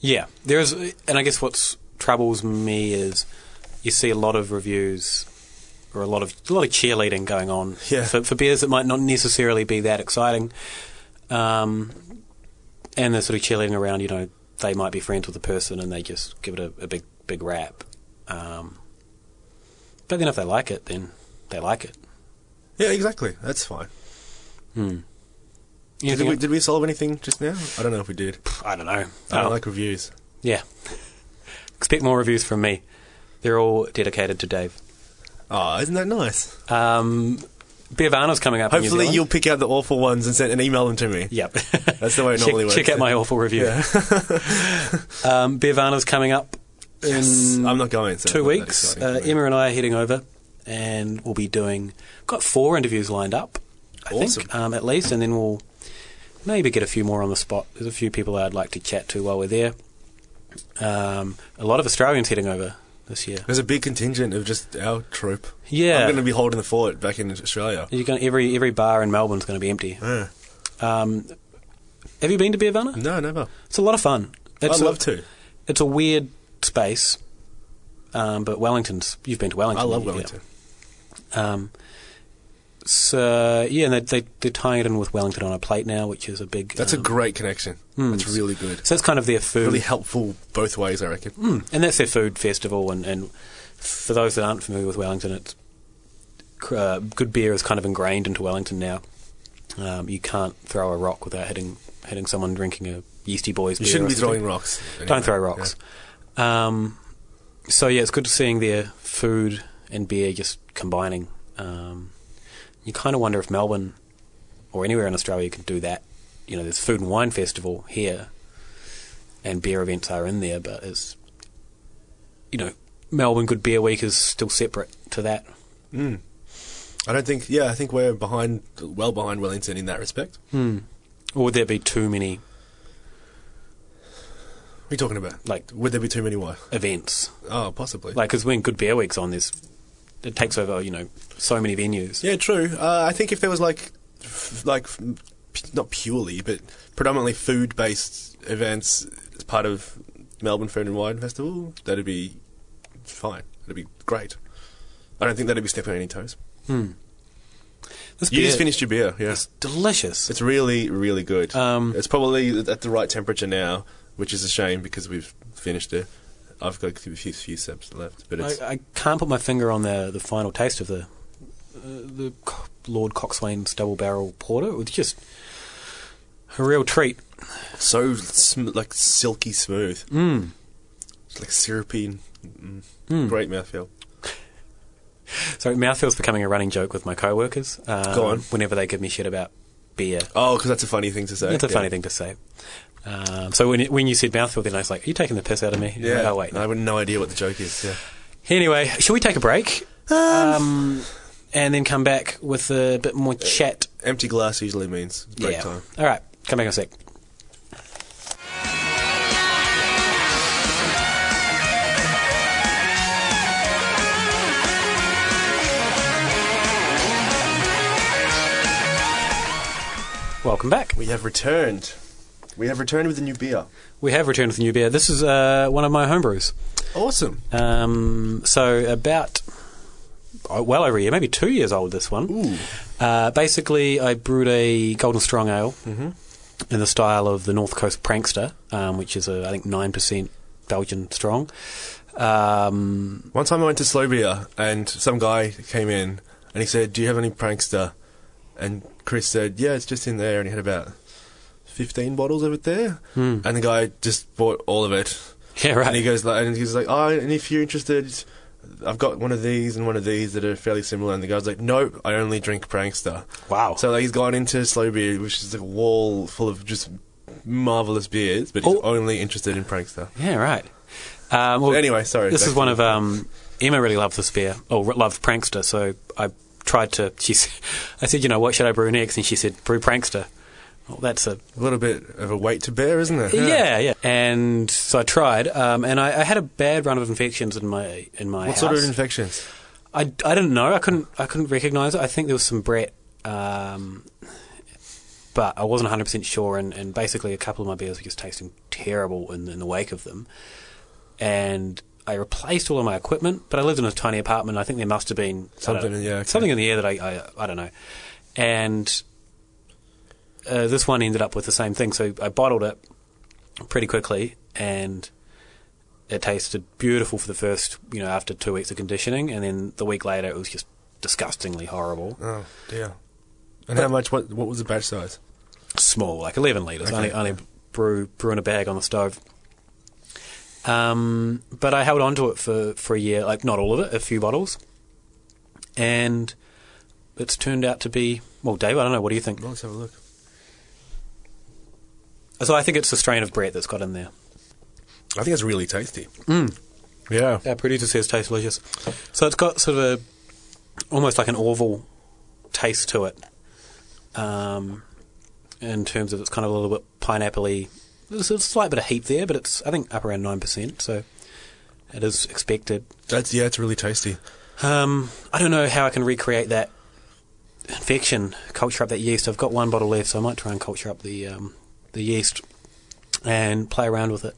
Speaker 1: Yeah, there is, and I guess what's troubles me is you see a lot of reviews or a lot of a lot of cheerleading going on
Speaker 2: Yeah.
Speaker 1: for, for beers that might not necessarily be that exciting, um, and they're sort of cheerleading around. You know, they might be friends with the person and they just give it a, a big big rap. Um, but then if they like it, then they like it.
Speaker 2: Yeah, exactly. That's fine. Did
Speaker 1: Anything
Speaker 2: we,
Speaker 1: else?
Speaker 2: did we solve anything just now? I don't know if we did.
Speaker 1: I don't know.
Speaker 2: I
Speaker 1: Oh,
Speaker 2: don't like reviews.
Speaker 1: yeah, expect more reviews from me. They're all dedicated to Dave.
Speaker 2: Oh, isn't that nice?
Speaker 1: Um, Bivana's coming up. in New
Speaker 2: Hopefully,
Speaker 1: Zealand.
Speaker 2: you'll pick out the awful ones and send and email them to me.
Speaker 1: Yep.
Speaker 2: That's the way it
Speaker 1: check,
Speaker 2: normally works.
Speaker 1: Check out my awful review. um, Bivana's coming up in
Speaker 2: Yes. I'm not going.
Speaker 1: two
Speaker 2: So it's not that
Speaker 1: weeks.
Speaker 2: exciting
Speaker 1: Uh,
Speaker 2: for me.
Speaker 1: Emma and I are heading over, and we'll be doing. Got four interviews lined up, I
Speaker 2: Awesome.
Speaker 1: think, um, at least, and then we'll maybe get a few more on the spot. There's a few people I'd like to chat to while we're there. Um, a lot of Australians heading over this year.
Speaker 2: There's a big contingent of just our troop.
Speaker 1: Yeah,
Speaker 2: I'm going to be holding the fort back in Australia.
Speaker 1: You're gonna- every every bar in Melbourne's going to be empty.
Speaker 2: Yeah.
Speaker 1: Um, have you been to Beer Varna?
Speaker 2: No, never.
Speaker 1: It's a lot of fun. It's
Speaker 2: I'd Mm. love
Speaker 1: a,
Speaker 2: to.
Speaker 1: It's a weird space, um, but Wellington's. You've been to Wellington.
Speaker 2: I love
Speaker 1: haven't you?
Speaker 2: Wellington.
Speaker 1: Yeah. Um, so yeah, and they, they they're tying it in with Wellington on a plate now, which is a big.
Speaker 2: That's a
Speaker 1: um,
Speaker 2: great connection.
Speaker 1: mm.
Speaker 2: That's really good.
Speaker 1: So that's kind of their food,
Speaker 2: Really helpful both ways, I reckon.
Speaker 1: Mm, and that's their food festival. And, and for those that aren't familiar with Wellington, it's cr- uh, good beer is kind of ingrained into Wellington now. Um, you can't throw a rock without hitting hitting someone drinking a Yeasty Boys.
Speaker 2: You
Speaker 1: beer
Speaker 2: shouldn't
Speaker 1: or
Speaker 2: be
Speaker 1: something.
Speaker 2: throwing rocks. anyway.
Speaker 1: Don't throw rocks. Um, so yeah, it's good seeing their food and beer just combining. Um, you kind of wonder if Melbourne or anywhere in Australia can do that. You know, there's food and wine festival here, and beer events are in there, but it's you know Melbourne Good Beer Week is still separate to that.
Speaker 2: Yeah. Mm. I don't think. Yeah, I think we're behind, well behind Wellington in that respect.
Speaker 1: Or would there be too many
Speaker 2: What are you talking about?
Speaker 1: like
Speaker 2: Would there be too many? Why?
Speaker 1: events?
Speaker 2: Oh, possibly.
Speaker 1: Like, because when Good Beer Week's on, there's it takes over you know so many venues.
Speaker 2: Yeah, true. Uh, I think if there was like, f- like, f- p- not purely, but predominantly food-based events as part of Melbourne Food and Wine Festival, that'd be fine. That'd be great. I don't think that'd be stepping on any toes.
Speaker 1: This
Speaker 2: You
Speaker 1: beer
Speaker 2: just finished your beer. Yeah,
Speaker 1: is delicious.
Speaker 2: it's really, really good.
Speaker 1: Um,
Speaker 2: it's probably at the right temperature now, which is a shame because we've finished it. I've got a few, few, few sips left, but it's
Speaker 1: I, I can't put my finger on the the final taste of the uh, the Co- Lord Coxswain's double barrel porter. It was just a real treat.
Speaker 2: so sm- like silky smooth.
Speaker 1: Mm.
Speaker 2: It's like syrupy. and- Mm,
Speaker 1: Mm.
Speaker 2: Great mouthfeel.
Speaker 1: So mouthfeel's becoming a running joke with my co-workers. Um,
Speaker 2: Go on.
Speaker 1: Whenever they give me shit about beer,
Speaker 2: Oh, because that's a funny thing to say.
Speaker 1: that's a
Speaker 2: Yeah.
Speaker 1: funny thing to say. Um, so when it- when you said mouthfeel, then I was like, "Are you taking the piss out of me?"
Speaker 2: Yeah.
Speaker 1: Oh wait.
Speaker 2: I have no idea what the joke is. Yeah.
Speaker 1: Anyway, shall we take a break? Um, and then come back with a bit more chat.
Speaker 2: Empty glass usually means break time.
Speaker 1: All right. Come back in a sec. Welcome back.
Speaker 2: We have returned. We have returned with a new beer.
Speaker 1: We have returned with a new beer. This is uh, one of my homebrews.
Speaker 2: Awesome.
Speaker 1: Um, so about oh, well over a year, maybe two years old. This one.
Speaker 2: Ooh.
Speaker 1: Uh, basically, I brewed a golden strong ale
Speaker 2: Mm-hmm.
Speaker 1: in the style of the North Coast Prankster, um, which is a I think nine percent Belgian strong. Um,
Speaker 2: One time I went to Slow Beer and some guy came in and he said, "Do you have any prankster?" And Chris said, "Yeah, it's just in there." And he had about fifteen bottles of it there.
Speaker 1: Hmm.
Speaker 2: And the guy just bought all of it.
Speaker 1: yeah, right.
Speaker 2: And he goes like, and he's like, oh, and if you're interested, I've got one of these and one of these that are fairly similar. And the guy's like, nope, I only drink Prankster.
Speaker 1: wow.
Speaker 2: So like, he's gone into Slow Beer, which is like a wall full of just marvelous beers, but he's
Speaker 1: Oh.
Speaker 2: only interested in Prankster.
Speaker 1: yeah, right. Um, well,
Speaker 2: Anyway, sorry.
Speaker 1: this
Speaker 2: back
Speaker 1: is
Speaker 2: to
Speaker 1: one
Speaker 2: you.
Speaker 1: of um, Emma really loved this beer, or re- loved Prankster. So I tried to. She, s- I said, you know, what should I brew next? And she said, brew Prankster. Well, that's a
Speaker 2: a little bit of a weight to bear, isn't it?
Speaker 1: Yeah, yeah. And so I tried, um, and I, I had a bad run of infections in my in my
Speaker 2: What
Speaker 1: house.
Speaker 2: sort of infections?
Speaker 1: I, I didn't know. I couldn't I couldn't recognise it. I think there was some Brett, um, but I wasn't 100 percent sure. And, and basically, a couple of my beers were just tasting terrible in, in the wake of them. And I replaced all of my equipment, but I lived in a tiny apartment. I think there must have been I don't
Speaker 2: Something in- yeah, okay.
Speaker 1: something in the air that I I, I don't know. And uh, this one ended up with the same thing. So I bottled it pretty quickly and it tasted beautiful for the first, you know, after two weeks of conditioning, and then the week later it was just disgustingly horrible.
Speaker 2: Oh dear. And how much? What? What was the batch size?
Speaker 1: Small, like eleven liters.
Speaker 2: Okay.
Speaker 1: Only, only brew brew in a bag on the stove. Um, but I held on to it for for a year, like not all of it, a few bottles, and it's turned out to be well, Dave. I don't know. What do you think?
Speaker 2: Well, let's have a look.
Speaker 1: So I think it's the strain of Brett that's got in there.
Speaker 2: I think it's really tasty. Mm. Yeah.
Speaker 1: Our producer says tastes delicious. So it's got sort of a, almost like an oval taste to it. Um, in terms of it's kind of a little bit pineapple-y. There's a slight bit of heat there, but it's I think up around nine percent, so it is expected.
Speaker 2: That's yeah, it's really tasty.
Speaker 1: Um, I don't know how I can recreate that infection, culture up that yeast. I've got one bottle left, so I might try and culture up the um, the yeast and play around with it.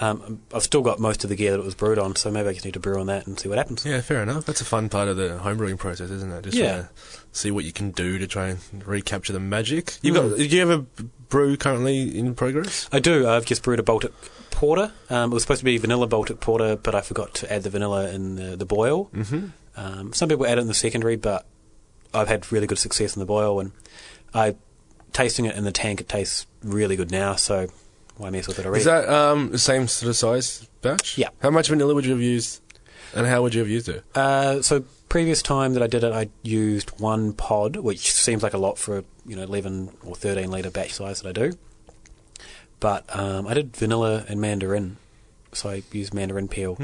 Speaker 1: Um, I've still got most of the gear that it was brewed on, so maybe I just need to brew on that and see what happens.
Speaker 2: Yeah, fair enough. That's a fun part of the homebrewing process, isn't it? Just
Speaker 1: Yeah.
Speaker 2: trying to see what you can do to try and recapture the magic. You've
Speaker 1: Mm.
Speaker 2: got. Do you have a brew currently in progress?
Speaker 1: I do. I've just brewed a Baltic porter. Um, it was supposed to be vanilla Baltic porter, but I forgot to add the vanilla in the, the boil.
Speaker 2: Mm-hmm.
Speaker 1: Um, some people add it in the secondary, but I've had really good success in the boil, and I tasting it in the tank, it tastes really good now. So why mess with it already?
Speaker 2: Is that um, the same sort of size batch?
Speaker 1: Yeah.
Speaker 2: How much vanilla would you have used, and how would you have used it?
Speaker 1: Uh, so previous time that I did it, I used one pod, which seems like a lot for a you know eleven or thirteen liter batch size that I do. But um, I did vanilla and mandarin, so I used mandarin peel.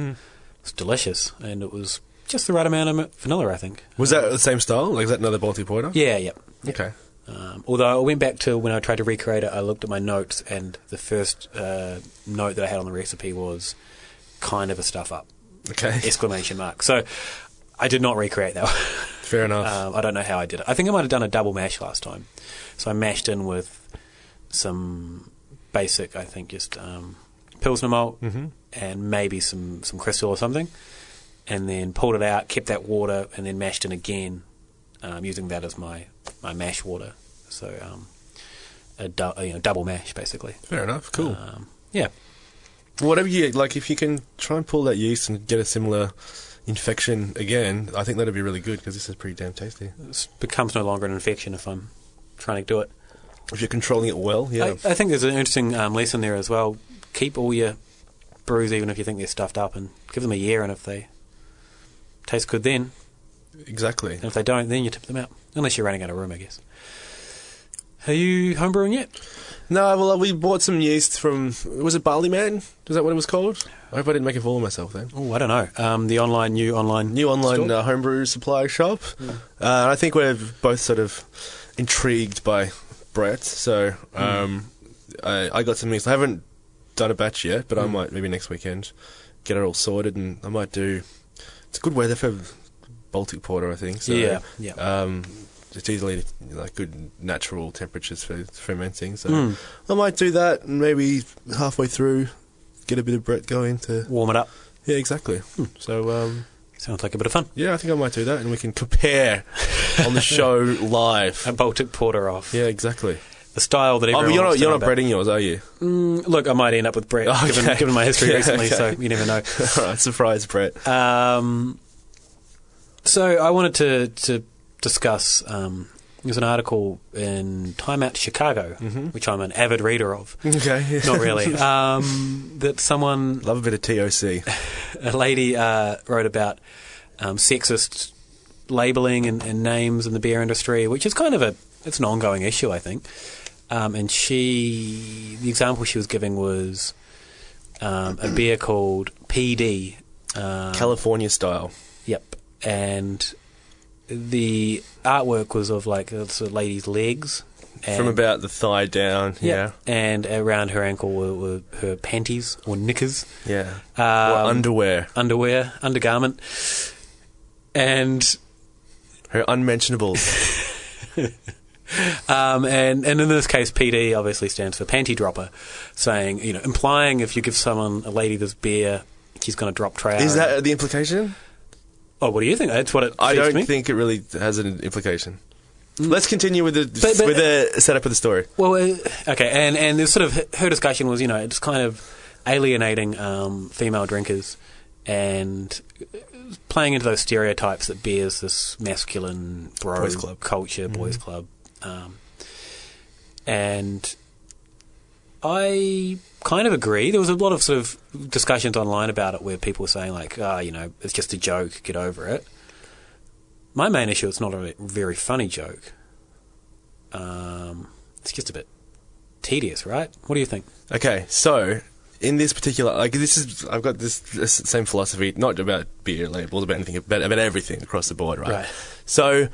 Speaker 1: It's delicious, and it was just the right amount of ma- vanilla, I think.
Speaker 2: Was that the same style? Like is that another Baltic porter?
Speaker 1: Yeah, yeah.
Speaker 2: Okay.
Speaker 1: Um, although I went back to when I tried to recreate it, I looked at my notes, and the first uh, note that I had on the recipe was kind of a stuff up
Speaker 2: Okay.
Speaker 1: exclamation mark. So I did not recreate that. one.
Speaker 2: fair enough.
Speaker 1: Um, I don't know how I did it. I think I might have done a double mash last time. So I mashed in with some basic, I think, just um, Pilsner malt and maybe some, some crystal or something. And then pulled it out, kept that water, and then mashed in again um, using that as my, my mash water. So um, a du- uh, you know, double mash, basically.
Speaker 2: fair enough. Cool.
Speaker 1: Um, yeah.
Speaker 2: Whatever you like, if you can try and pull that yeast and get a similar infection again, I think that'd be really good because this is pretty damn tasty.
Speaker 1: It becomes no longer an infection if I'm trying to do it.
Speaker 2: If you're controlling it well, yeah.
Speaker 1: I, uh, I think there's an interesting um, lesson there as well. Keep all your brews, even if you think they're stuffed up, and give them a year. And if they taste good, then
Speaker 2: exactly.
Speaker 1: and if they don't, then you tip them out. Unless you're running out of room, I guess. Are you homebrewing yet?
Speaker 2: No, well, we bought some yeast from. Was it Barley Man? Is that what it was called? I hope I didn't make a fool of myself then.
Speaker 1: Oh, I don't know. Um, the online, new online,
Speaker 2: New online
Speaker 1: Store? Hmm.
Speaker 2: uh, homebrew supply shop. Uh, I think we're both sort of intrigued by Brett, so
Speaker 1: Hmm.
Speaker 2: um, I, I got some yeast. I haven't done a batch yet, but I
Speaker 1: Hmm.
Speaker 2: might maybe next weekend get it all sorted, and I might do. It's good weather for Baltic porter, I think. So,
Speaker 1: Yeah, yeah.
Speaker 2: Um, it's easily like good natural temperatures for fermenting, so
Speaker 1: Mm.
Speaker 2: I might do that and maybe halfway through get a bit of Brett going to
Speaker 1: warm it up.
Speaker 2: yeah exactly.
Speaker 1: Hmm.
Speaker 2: So um,
Speaker 1: Sounds like a bit of fun.
Speaker 2: yeah, I think I might do that, and we can compare on the show
Speaker 1: A
Speaker 2: live.
Speaker 1: Baltic porter off.
Speaker 2: Yeah, exactly.
Speaker 1: The style that
Speaker 2: Um, Oh,
Speaker 1: everyone.
Speaker 2: but you're not
Speaker 1: wants to
Speaker 2: you're
Speaker 1: know
Speaker 2: not
Speaker 1: about.
Speaker 2: breading yours, are you?
Speaker 1: Mm, look, I might end up with Brett,
Speaker 2: Okay.
Speaker 1: given, given my history
Speaker 2: Yeah,
Speaker 1: recently.
Speaker 2: okay.
Speaker 1: So you never know.
Speaker 2: All right, surprise, Brett.
Speaker 1: Um, so I wanted to to discuss. Um, there's an article in Time Out Chicago, which I'm an avid reader of.
Speaker 2: Okay,
Speaker 1: Not really. um, that someone,
Speaker 2: Love a bit of TOC.
Speaker 1: a lady, uh, wrote about um, sexist labeling and, and names in the beer industry, which is kind of a it's an ongoing issue, I think. Um, and she, the example she was giving was um, a beer called PD. Um,
Speaker 2: California style.
Speaker 1: Yep. And the artwork was of like it's a lady's legs. And,
Speaker 2: From about the thigh down.
Speaker 1: yeah. And around her ankle were, were her panties or knickers,
Speaker 2: Yeah.
Speaker 1: um,
Speaker 2: yeah. or underwear.
Speaker 1: underwear, undergarment. And
Speaker 2: Her unmentionables.
Speaker 1: um, and and in this case, PD obviously stands for panty dropper, saying you know implying if you give someone a lady this beer, she's going to drop trout.
Speaker 2: Is that the implication?
Speaker 1: Oh, what do you think? That's what it.
Speaker 2: I
Speaker 1: seems to
Speaker 2: don't
Speaker 1: me.
Speaker 2: think it really has an implication. Let's continue with the
Speaker 1: But- but-
Speaker 2: with the setup of the story.
Speaker 1: Well, uh, okay, and and there's sort of her discussion was, you know, it's kind of alienating um, female drinkers and playing into those stereotypes that bears this masculine bro
Speaker 2: Boys club. Mm-hmm.
Speaker 1: culture, boys club, um, and I kind of agree. There was a lot of sort of discussions online about it where people were saying like, ah, you know, it's just a joke, get over it. My main issue, it's not a very funny joke. Um, it's just a bit tedious, right? What do you think?
Speaker 2: Okay, so in this particular, like this is, I've got this, this same philosophy, not about beer labels, about anything, about, about everything across the board, right?
Speaker 1: Right.
Speaker 2: So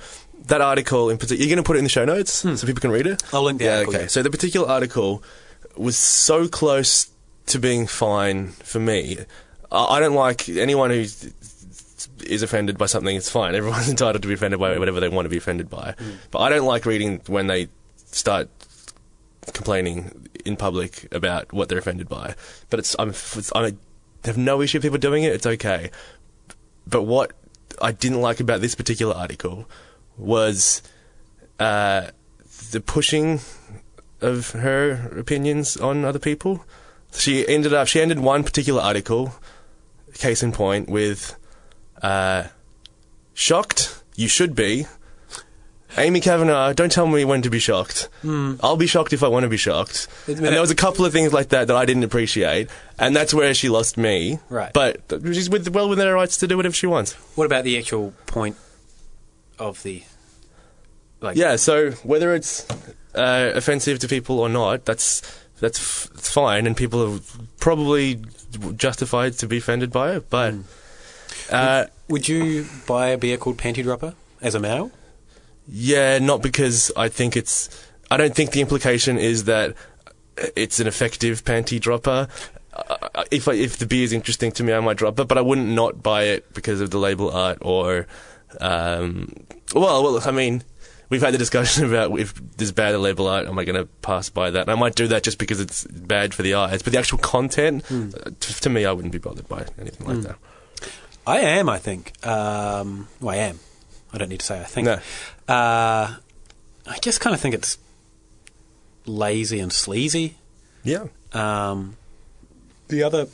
Speaker 2: that article in particular, you're going to put it in the show notes so people can read it.
Speaker 1: I'll link the
Speaker 2: yeah,
Speaker 1: article,
Speaker 2: Okay.
Speaker 1: yeah.
Speaker 2: So the particular article was so close to being fine for me. I, I don't like anyone who is offended by something. It's fine. Everyone's entitled to be offended by whatever they want to be offended by.
Speaker 1: Hmm.
Speaker 2: But I don't like reading when they start complaining in public about what they're offended by. But it's I'm f- I have no issue with people doing it. It's okay. But what I didn't like about this particular article was uh, the pushing of her opinions on other people. She ended up she ended one particular article, case in point, with uh, shocked. You should be. Amy Kavanagh, don't tell me when to be shocked. I'll be shocked if I want to be shocked.
Speaker 1: Hmm. It's-
Speaker 2: And there was a couple of things like that that I didn't appreciate, and that's where she lost me.
Speaker 1: Right.
Speaker 2: But th- she's with, well within her rights to do whatever she wants.
Speaker 1: What about the actual point of the? Like,
Speaker 2: Yeah, so whether it's uh, offensive to people or not, that's that's f- it's fine, and people are probably justified to be offended by it. But uh,
Speaker 1: Would you buy a beer called Panty Dropper as a male?
Speaker 2: yeah, not because I think it's. I don't think the implication is that it's an effective panty dropper. Uh, uh, If I, if the beer is interesting to me, I might drop it, but I wouldn't not buy it because of the label art or. Um, well, well, I mean, we've had the discussion about if there's bad label art, am I going to pass by that? And I might do that just because it's bad for the eyes, but the actual content, uh, t- to me, I wouldn't be bothered by anything like that.
Speaker 1: I am, I think. Um, well, I am. I don't need to say I think.
Speaker 2: No.
Speaker 1: Uh, I just kind of think it's lazy and sleazy.
Speaker 2: Yeah.
Speaker 1: Um, the other,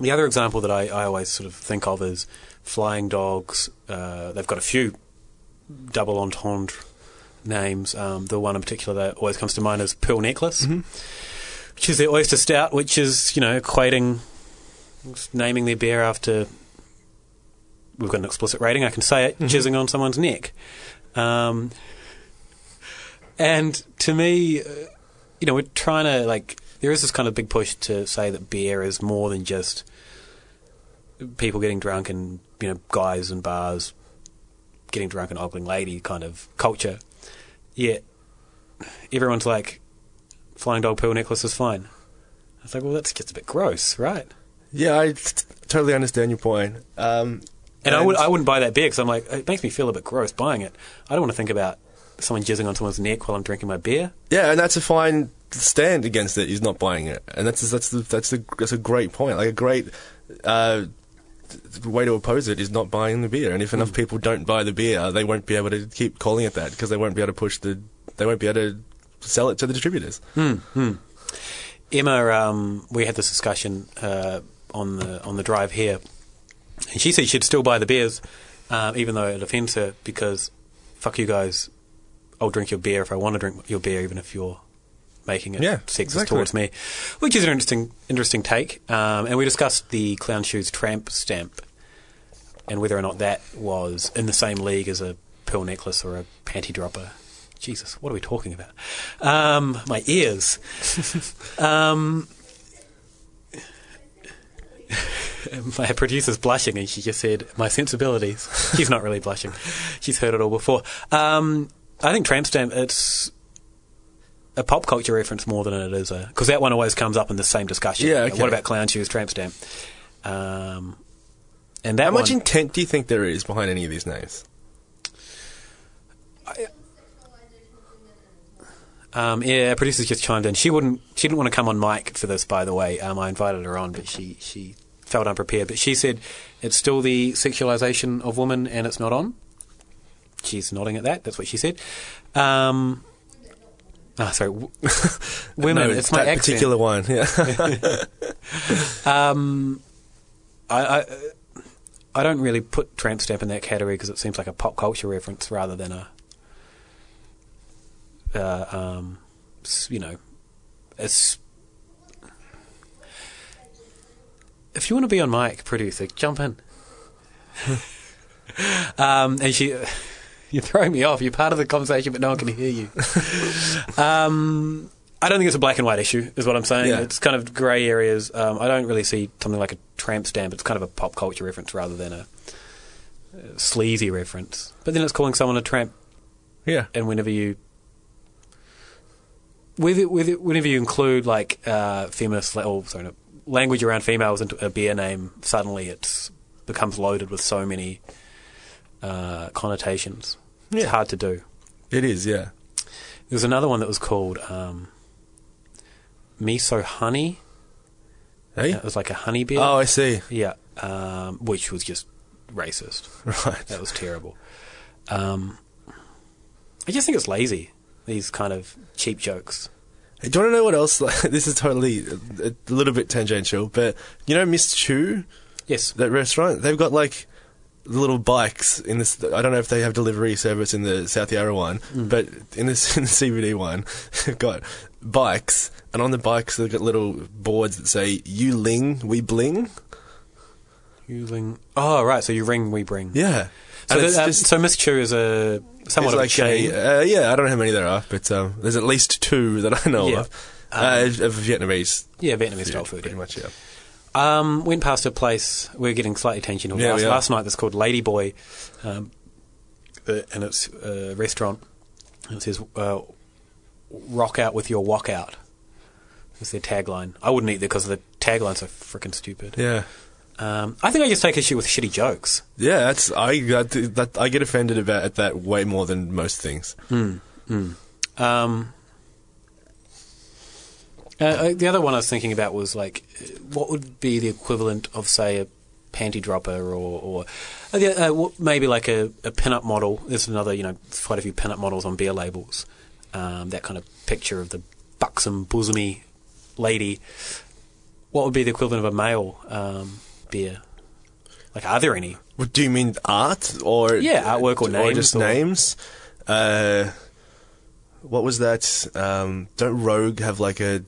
Speaker 1: the other example that I, I always sort of think of is flying dogs. Uh, they've got a few double entendre names. Um, the one in particular that always comes to mind is Pearl Necklace, which is their oyster stout, which is you know equating naming their beer after. We've got an explicit rating. I can say it, jizzing on someone's neck. Um, and to me, uh, you know, we're trying to like there is this kind of big push to say that beer is more than just people getting drunk and you know guys in bars getting drunk and ogling lady kind of culture. Yet everyone's like, flying dog pearl necklace is fine. I was like, well, that's just a bit gross, right?
Speaker 2: Yeah, I t- totally understand your point. Um,
Speaker 1: And, I would I wouldn't buy that beer because I'm like it makes me feel a bit gross buying it. I don't want to think about someone jizzing on someone's neck while I'm drinking my beer.
Speaker 2: Yeah, and that's a fine stand against it. He's not buying it, and that's that's the, that's the, that's a great point. Like a great uh, th- way to oppose it is not buying the beer. And if
Speaker 1: Hmm.
Speaker 2: enough people don't buy the beer, they won't be able to keep calling it that because they won't be able to push the they won't be able to sell it to the distributors.
Speaker 1: Emma, um, we had this discussion uh, on the on the drive here, and she said she'd still buy the beers, uh, even though it offends her because fuck you guys, I'll drink your beer if I want to drink your beer, even if you're making it
Speaker 2: Yeah,
Speaker 1: sexist
Speaker 2: exactly.
Speaker 1: towards me, which is an interesting interesting take. Um, and we discussed the clown shoes tramp stamp and whether or not that was in the same league as a pearl necklace or a panty dropper. Jesus, what are we talking about? Um, my ears. um, my producer's blushing, and she just said, "My sensibilities." She's not really blushing; she's heard it all before. Um, I think tramp stamp. It's a pop culture reference more than it is a because that one always comes up in the same discussion.
Speaker 2: Yeah, okay.
Speaker 1: What about clown shoes, tramp stamp? Um, and that
Speaker 2: How much
Speaker 1: one-
Speaker 2: intent do you think there is behind any of these names?
Speaker 1: Um, yeah, our producer's just chimed in. She wouldn't. She didn't want to come on mic for this, by the way. Um, I invited her on, but she she felt unprepared. But she said it's still the sexualization of women, and it's not on. She's nodding at that. That's what she said. Um, ah, sorry, w- women.
Speaker 2: No,
Speaker 1: it's my
Speaker 2: that
Speaker 1: accent.
Speaker 2: particular one. Yeah.
Speaker 1: Um, I, I I don't really put tramp stamp in that category because it seems like a pop culture reference rather than a, uh, um, s- you know, it's. If you want to be on mic, producer, jump in. um, and she, you're throwing me off. You're part of the conversation, but no one can hear you. um, I don't think it's a black and white issue, is what I'm saying.
Speaker 2: Yeah.
Speaker 1: It's kind of grey areas. Um, I don't really see something like a tramp stamp. It's kind of a pop culture reference rather than a uh, sleazy reference. But then it's calling someone a tramp
Speaker 2: Yeah.
Speaker 1: and whenever you with it, with it, whenever you include like uh, feminist la- or sorry, no, language around females into a beer name, suddenly it becomes loaded with so many uh, connotations. It's
Speaker 2: Yeah.
Speaker 1: hard to do.
Speaker 2: It is, yeah.
Speaker 1: There was another one that was called um, Miso Honey.
Speaker 2: Hey?
Speaker 1: It was like a honey beer.
Speaker 2: Oh, I see.
Speaker 1: yeah, um, which was just racist.
Speaker 2: Right.
Speaker 1: That was terrible. Um, I just think it's lazy. These kind of cheap jokes.
Speaker 2: Hey, Do you want to know what else? Like, this is totally a, a little bit tangential, but you know, Miss Chu,
Speaker 1: Yes.
Speaker 2: that restaurant, they've got like little bikes in this. I don't know if they have delivery service in the South Yarra one,
Speaker 1: Mm.
Speaker 2: but in this in the CBD one, they've got bikes, and on the bikes they've got little boards that say "You Ling, we bling."
Speaker 1: You ling- oh right, so you ring, we bring.
Speaker 2: Yeah,
Speaker 1: So,
Speaker 2: it's
Speaker 1: th- uh,
Speaker 2: just-
Speaker 1: so Miss Chu is a somewhat of
Speaker 2: It's
Speaker 1: a
Speaker 2: like
Speaker 1: chain.
Speaker 2: uh, yeah, I don't know how many there are, but um, there's at least two that I know
Speaker 1: Yeah. Um,
Speaker 2: of. Uh, of Vietnamese
Speaker 1: yeah, Vietnamese style food.
Speaker 2: pretty
Speaker 1: Yeah.
Speaker 2: much. Yeah,
Speaker 1: Um, went past a place. We are getting slightly tangential.
Speaker 2: Yeah,
Speaker 1: last,
Speaker 2: we are.
Speaker 1: last night, that's called Lady Boy, um, uh, and it's a restaurant. It says uh, "Rock out with your walk out." That's their tagline. I wouldn't eat there because the tagline's so freaking stupid.
Speaker 2: yeah.
Speaker 1: Um, I think I just take issue with shitty jokes.
Speaker 2: Yeah, that's I that, that I get offended about at that way more than most things.
Speaker 1: Um, uh, uh, the other one I was thinking about was like, uh, what would be the equivalent of, say, a panty dropper or, or uh, the- uh, w- maybe like a, a pin-up model. There's another, you know, quite a few pin-up models on beer labels. Um, that kind of picture of the buxom, bosomy lady. What would be the equivalent of a male um, beer? Like, are there any?
Speaker 2: What do you mean art or
Speaker 1: Yeah, artwork or names
Speaker 2: just
Speaker 1: or-
Speaker 2: names? Uh, what was that? Um, don't Rogue have like a?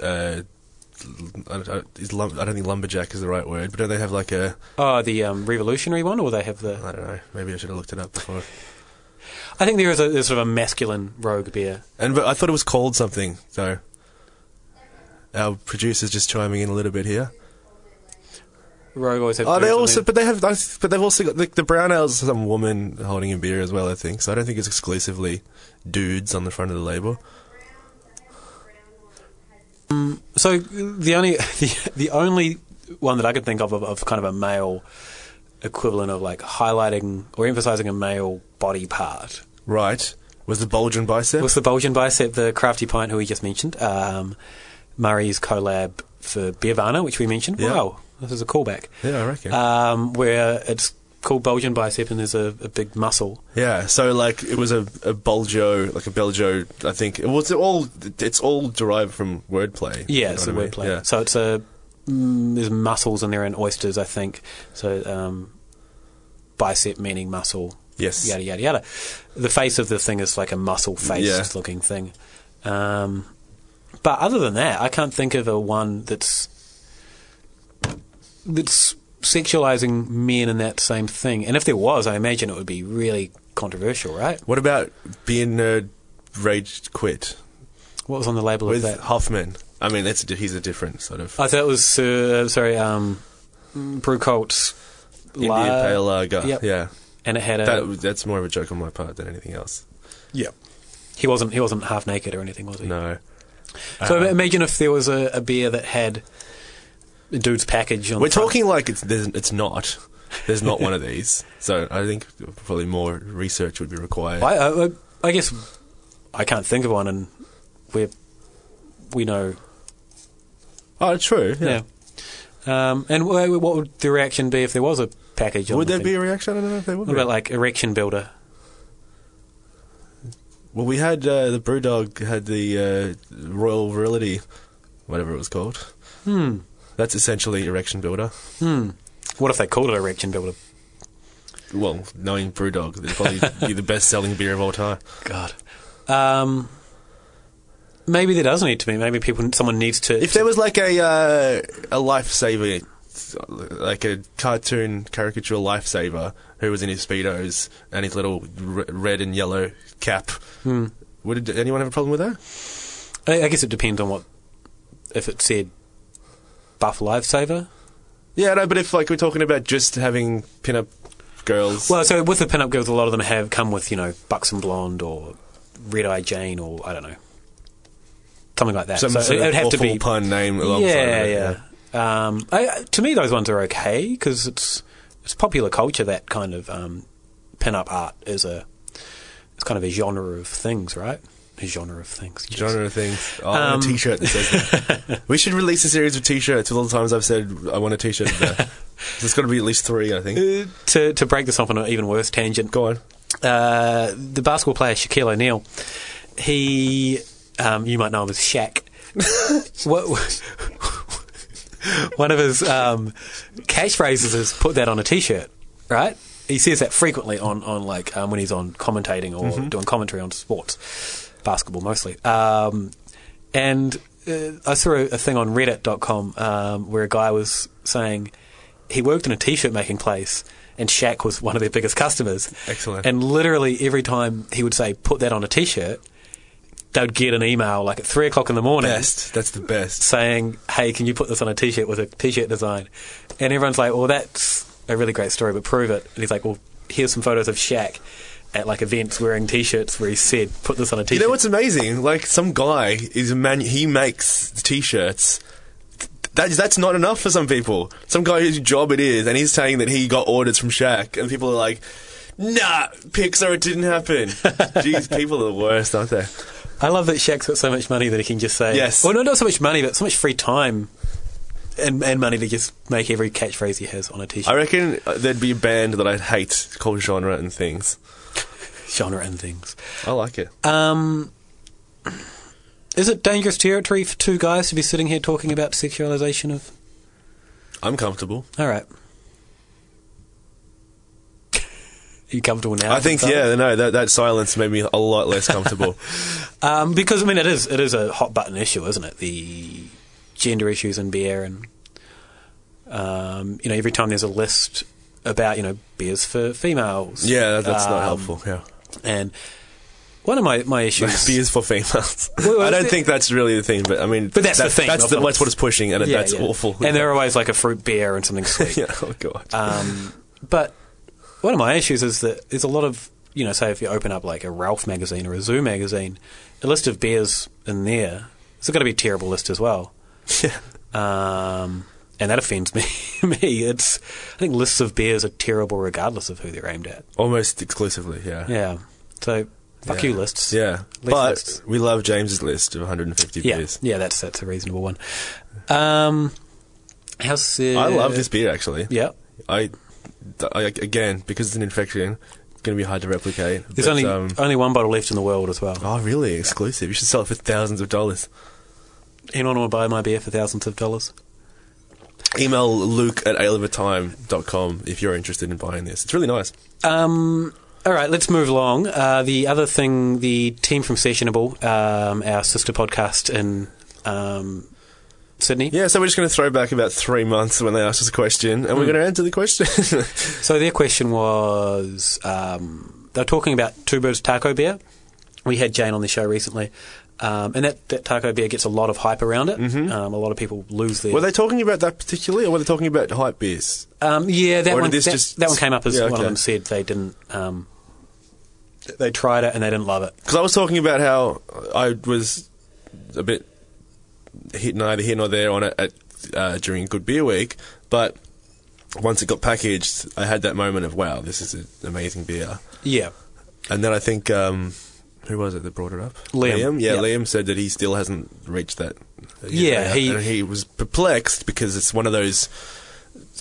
Speaker 2: Uh, I, don't- I, don't- is lum- I don't think lumberjack is the right word, but don't they have like a?
Speaker 1: Oh, the um, revolutionary one, or they have the.
Speaker 2: I don't know. Maybe I should have looked it up before.
Speaker 1: I think there is a there's sort of a masculine rogue beer.
Speaker 2: And but I thought it was called something. So our producer's just chiming in a little bit here.
Speaker 1: Rogue always have.
Speaker 2: Oh, they
Speaker 1: birds on
Speaker 2: also,
Speaker 1: their-
Speaker 2: but they have, I th- but they've also got like the brown ale's some woman holding a beer as well. I think so. I don't think it's exclusively dudes on the front of the label.
Speaker 1: So the only the, the only one that I could think of, of of kind of a male equivalent of like highlighting or emphasizing a male body part
Speaker 2: Right? Was the Bulgarian bicep?
Speaker 1: was the Bulgian bicep, the crafty pint who we just mentioned, um, Murray's collab for Bivana, which we mentioned.
Speaker 2: Yeah.
Speaker 1: Wow, this is a callback.
Speaker 2: yeah, I reckon.
Speaker 1: Um, where it's called Bulgian bicep and there's a, a big muscle.
Speaker 2: yeah. So like it was a, a Bulgio, like a Belgio. I think it was all. It's all derived from wordplay. You
Speaker 1: Yeah,
Speaker 2: know
Speaker 1: it's
Speaker 2: what
Speaker 1: a
Speaker 2: I mean?
Speaker 1: wordplay.
Speaker 2: Yeah.
Speaker 1: So it's a mm, there's muscles in there and oysters, I think. So um, bicep meaning muscle.
Speaker 2: Yes.
Speaker 1: Yada yada yada. The face of the thing is like a muscle faced
Speaker 2: Yeah.
Speaker 1: looking thing. Um, but other than that, I can't think of a one that's that's sexualizing men in that same thing. And if there was, I imagine it would be really controversial, right?
Speaker 2: What about beer nerd rage quit
Speaker 1: What was on the label
Speaker 2: with
Speaker 1: of that?
Speaker 2: Hoffman? I mean, that's a di- he's a different sort of
Speaker 1: I thought it was uh, sorry, um, Brew Colt's
Speaker 2: Indian
Speaker 1: La-
Speaker 2: pale lager.
Speaker 1: Yep. Uh,
Speaker 2: Yeah.
Speaker 1: and it had a
Speaker 2: That, that's more of a joke on my part than anything else.
Speaker 1: yeah. He wasn't he wasn't half naked or anything, was he?
Speaker 2: No.
Speaker 1: So
Speaker 2: Uh,
Speaker 1: imagine if there was a, a beer that had a dude's package on.
Speaker 2: We're
Speaker 1: the front.
Speaker 2: talking like it's there's, it's not. There's not one of these. So I think probably more research would be required.
Speaker 1: I, I, I guess I can't think of one, and we we know.
Speaker 2: Oh, true. Yeah.
Speaker 1: Yeah. Um, and wha- what would the reaction be if there was a package? on
Speaker 2: Would
Speaker 1: the
Speaker 2: there
Speaker 1: thing?
Speaker 2: be a reaction? I don't know if there would.
Speaker 1: What
Speaker 2: Be.
Speaker 1: about like erection builder?
Speaker 2: well, we had uh, the Brewdog had the uh, Royal Virility, whatever it was called. Hmm. That's essentially erection builder.
Speaker 1: What if they called it erection builder?
Speaker 2: Well, knowing Brewdog, it'd probably be the best-selling beer of all time.
Speaker 1: God. Um, maybe there does need to be. Maybe people someone needs to.
Speaker 2: If there was like a uh, a lifesaver, like a cartoon caricature lifesaver who was in his speedos and his little r- red and yellow cap,
Speaker 1: Hmm.
Speaker 2: would anyone have a problem with that?
Speaker 1: I, I guess it depends on what. If it said buff lifesaver,
Speaker 2: Yeah, no. But if like we're talking about just having pin-up pinup girls.
Speaker 1: Well, so with the pinup girls, a lot of them have come with you know buxom blonde or red eye Jane or I don't know something like that.
Speaker 2: Some
Speaker 1: so
Speaker 2: sort
Speaker 1: it would
Speaker 2: of
Speaker 1: have to
Speaker 2: awful
Speaker 1: be
Speaker 2: pun name alongside
Speaker 1: yeah,
Speaker 2: it.
Speaker 1: yeah. Um, I, I- to me, those ones are okay because it's it's popular culture. That kind of um, pin-up art is a it's kind of a genre of things, right? A genre of things. Jeez.
Speaker 2: genre things. Oh, I
Speaker 1: Um,
Speaker 2: want a T-shirt that says that. we should release a series of T-shirts with all the times I've said I want a T-shirt. There. There's got to be at least three, I think.
Speaker 1: Uh, to to break this off on an even worse tangent,
Speaker 2: Go on.
Speaker 1: uh, the basketball player Shaquille O'Neal, he, um, you might know him as Shaq. what, one of his um, catchphrases is "put that on a t-shirt," right? He says that frequently on on like um, when he's on commentating or doing commentary on sports, basketball mostly. Um, and uh, I saw a, a thing on Reddit.com um, where a guy was saying he worked in a t-shirt making place. And Shaq was one of their biggest customers.
Speaker 2: Excellent.
Speaker 1: And literally every time he would say, put that on a t shirt, they would get an email like at three o'clock in the morning
Speaker 2: Best. That's the best.
Speaker 1: saying, hey, can you put this on a t shirt with a t shirt design? And everyone's like, well, that's a really great story, but prove it. And he's like, well, here's some photos of Shaq at like events wearing t shirts where he said, put this on a t
Speaker 2: You
Speaker 1: shirt.
Speaker 2: know what's amazing? Like some guy is a man. He makes T-shirts. That, that's not enough for some people. Some guy whose job it is, and he's saying that he got orders from Shaq, and people are like, "Nah, Pixar, it didn't happen." Jeez, people are the worst, aren't they?
Speaker 1: I love that Shaq's got so much money that he can just say,
Speaker 2: Yes.
Speaker 1: Well, no, not so much money, but so much free time and, and money to just make every catchphrase he has on a t
Speaker 2: I
Speaker 1: shirt
Speaker 2: reckon uh, there'd be a band that I'd hate called Genre and Things.
Speaker 1: genre and things.
Speaker 2: I like it.
Speaker 1: Um, is it dangerous territory for two guys to be sitting here talking about sexualization of?
Speaker 2: I'm comfortable.
Speaker 1: All right. Are you comfortable now?
Speaker 2: I think, yeah, no, that, that silence made me a lot less comfortable.
Speaker 1: Um, because I mean, it is it is a hot button issue, isn't it? The gender issues in beer, and um, you know, every time there's a list about you know beers for females.
Speaker 2: yeah, that, that's not
Speaker 1: um,
Speaker 2: helpful. Yeah.
Speaker 1: And one of my my issues
Speaker 2: Beers for females.
Speaker 1: Well,
Speaker 2: I don't
Speaker 1: it's-
Speaker 2: think that's really the thing, but I mean,
Speaker 1: But that's the thing,
Speaker 2: That's,
Speaker 1: of
Speaker 2: the,
Speaker 1: course.
Speaker 2: that's what it's pushing, and it
Speaker 1: Yeah,
Speaker 2: that's
Speaker 1: yeah.
Speaker 2: awful.
Speaker 1: And there are always like a fruit beer and something sweet.
Speaker 2: yeah, oh god.
Speaker 1: Um, but one of my issues is that there's a lot of, you know, say if you open up like a Ralph magazine or a Zoo magazine, a list of beers in there, it's going to be a terrible list as well.
Speaker 2: Yeah.
Speaker 1: Um, and that offends me. me, it's I think lists of beers are terrible regardless of who they're aimed at.
Speaker 2: Almost exclusively, yeah.
Speaker 1: Yeah. So fuck
Speaker 2: Yeah.
Speaker 1: you, lists.
Speaker 2: Yeah. But
Speaker 1: lists.
Speaker 2: we love James's list of 150
Speaker 1: Yeah.
Speaker 2: beers.
Speaker 1: Yeah. That's that's a reasonable one. Um, how's uh,
Speaker 2: I love this beer, actually.
Speaker 1: Yeah.
Speaker 2: I, I, again, because it's an infection, it's going to be hard to replicate.
Speaker 1: There's
Speaker 2: but,
Speaker 1: only
Speaker 2: um,
Speaker 1: only one bottle left in the world as well.
Speaker 2: Oh, really? Exclusive. You should sell it for thousands of dollars.
Speaker 1: Anyone want to buy my beer for thousands of dollars?
Speaker 2: Email luke at com if you're interested in buying this. It's really nice.
Speaker 1: Um, all right, let's move along. Uh, the other thing, the team from Sessionable, um, our sister podcast in um, Sydney.
Speaker 2: Yeah, so we're just going to throw back about three months when they asked us a question, and we're going to answer the question.
Speaker 1: So their question was um, they were talking about Two Birds Taco Beer. We had Jane on the show recently. Um, and that, that taco beer gets a lot of hype around it. Um, a lot of people lose their.
Speaker 2: were they talking about that particularly, or were they talking about hype beers?
Speaker 1: Um, yeah, that
Speaker 2: Or did
Speaker 1: one.
Speaker 2: this
Speaker 1: that,
Speaker 2: just-
Speaker 1: that one came up as
Speaker 2: Yeah,
Speaker 1: one
Speaker 2: okay.
Speaker 1: of them said they didn't. Um, they tried it and they didn't love it.
Speaker 2: Because I was talking about how I was a bit hit neither here nor there on it at, uh, during Good Beer Week, but once it got packaged, I had that moment of wow, this is an amazing beer.
Speaker 1: Yeah,
Speaker 2: And then I think um, who was it that brought it up?
Speaker 1: Liam.
Speaker 2: Yeah,
Speaker 1: Yeah.
Speaker 2: Liam said that he still hasn't reached that.
Speaker 1: Yeah, he-
Speaker 2: and he was perplexed because it's one of those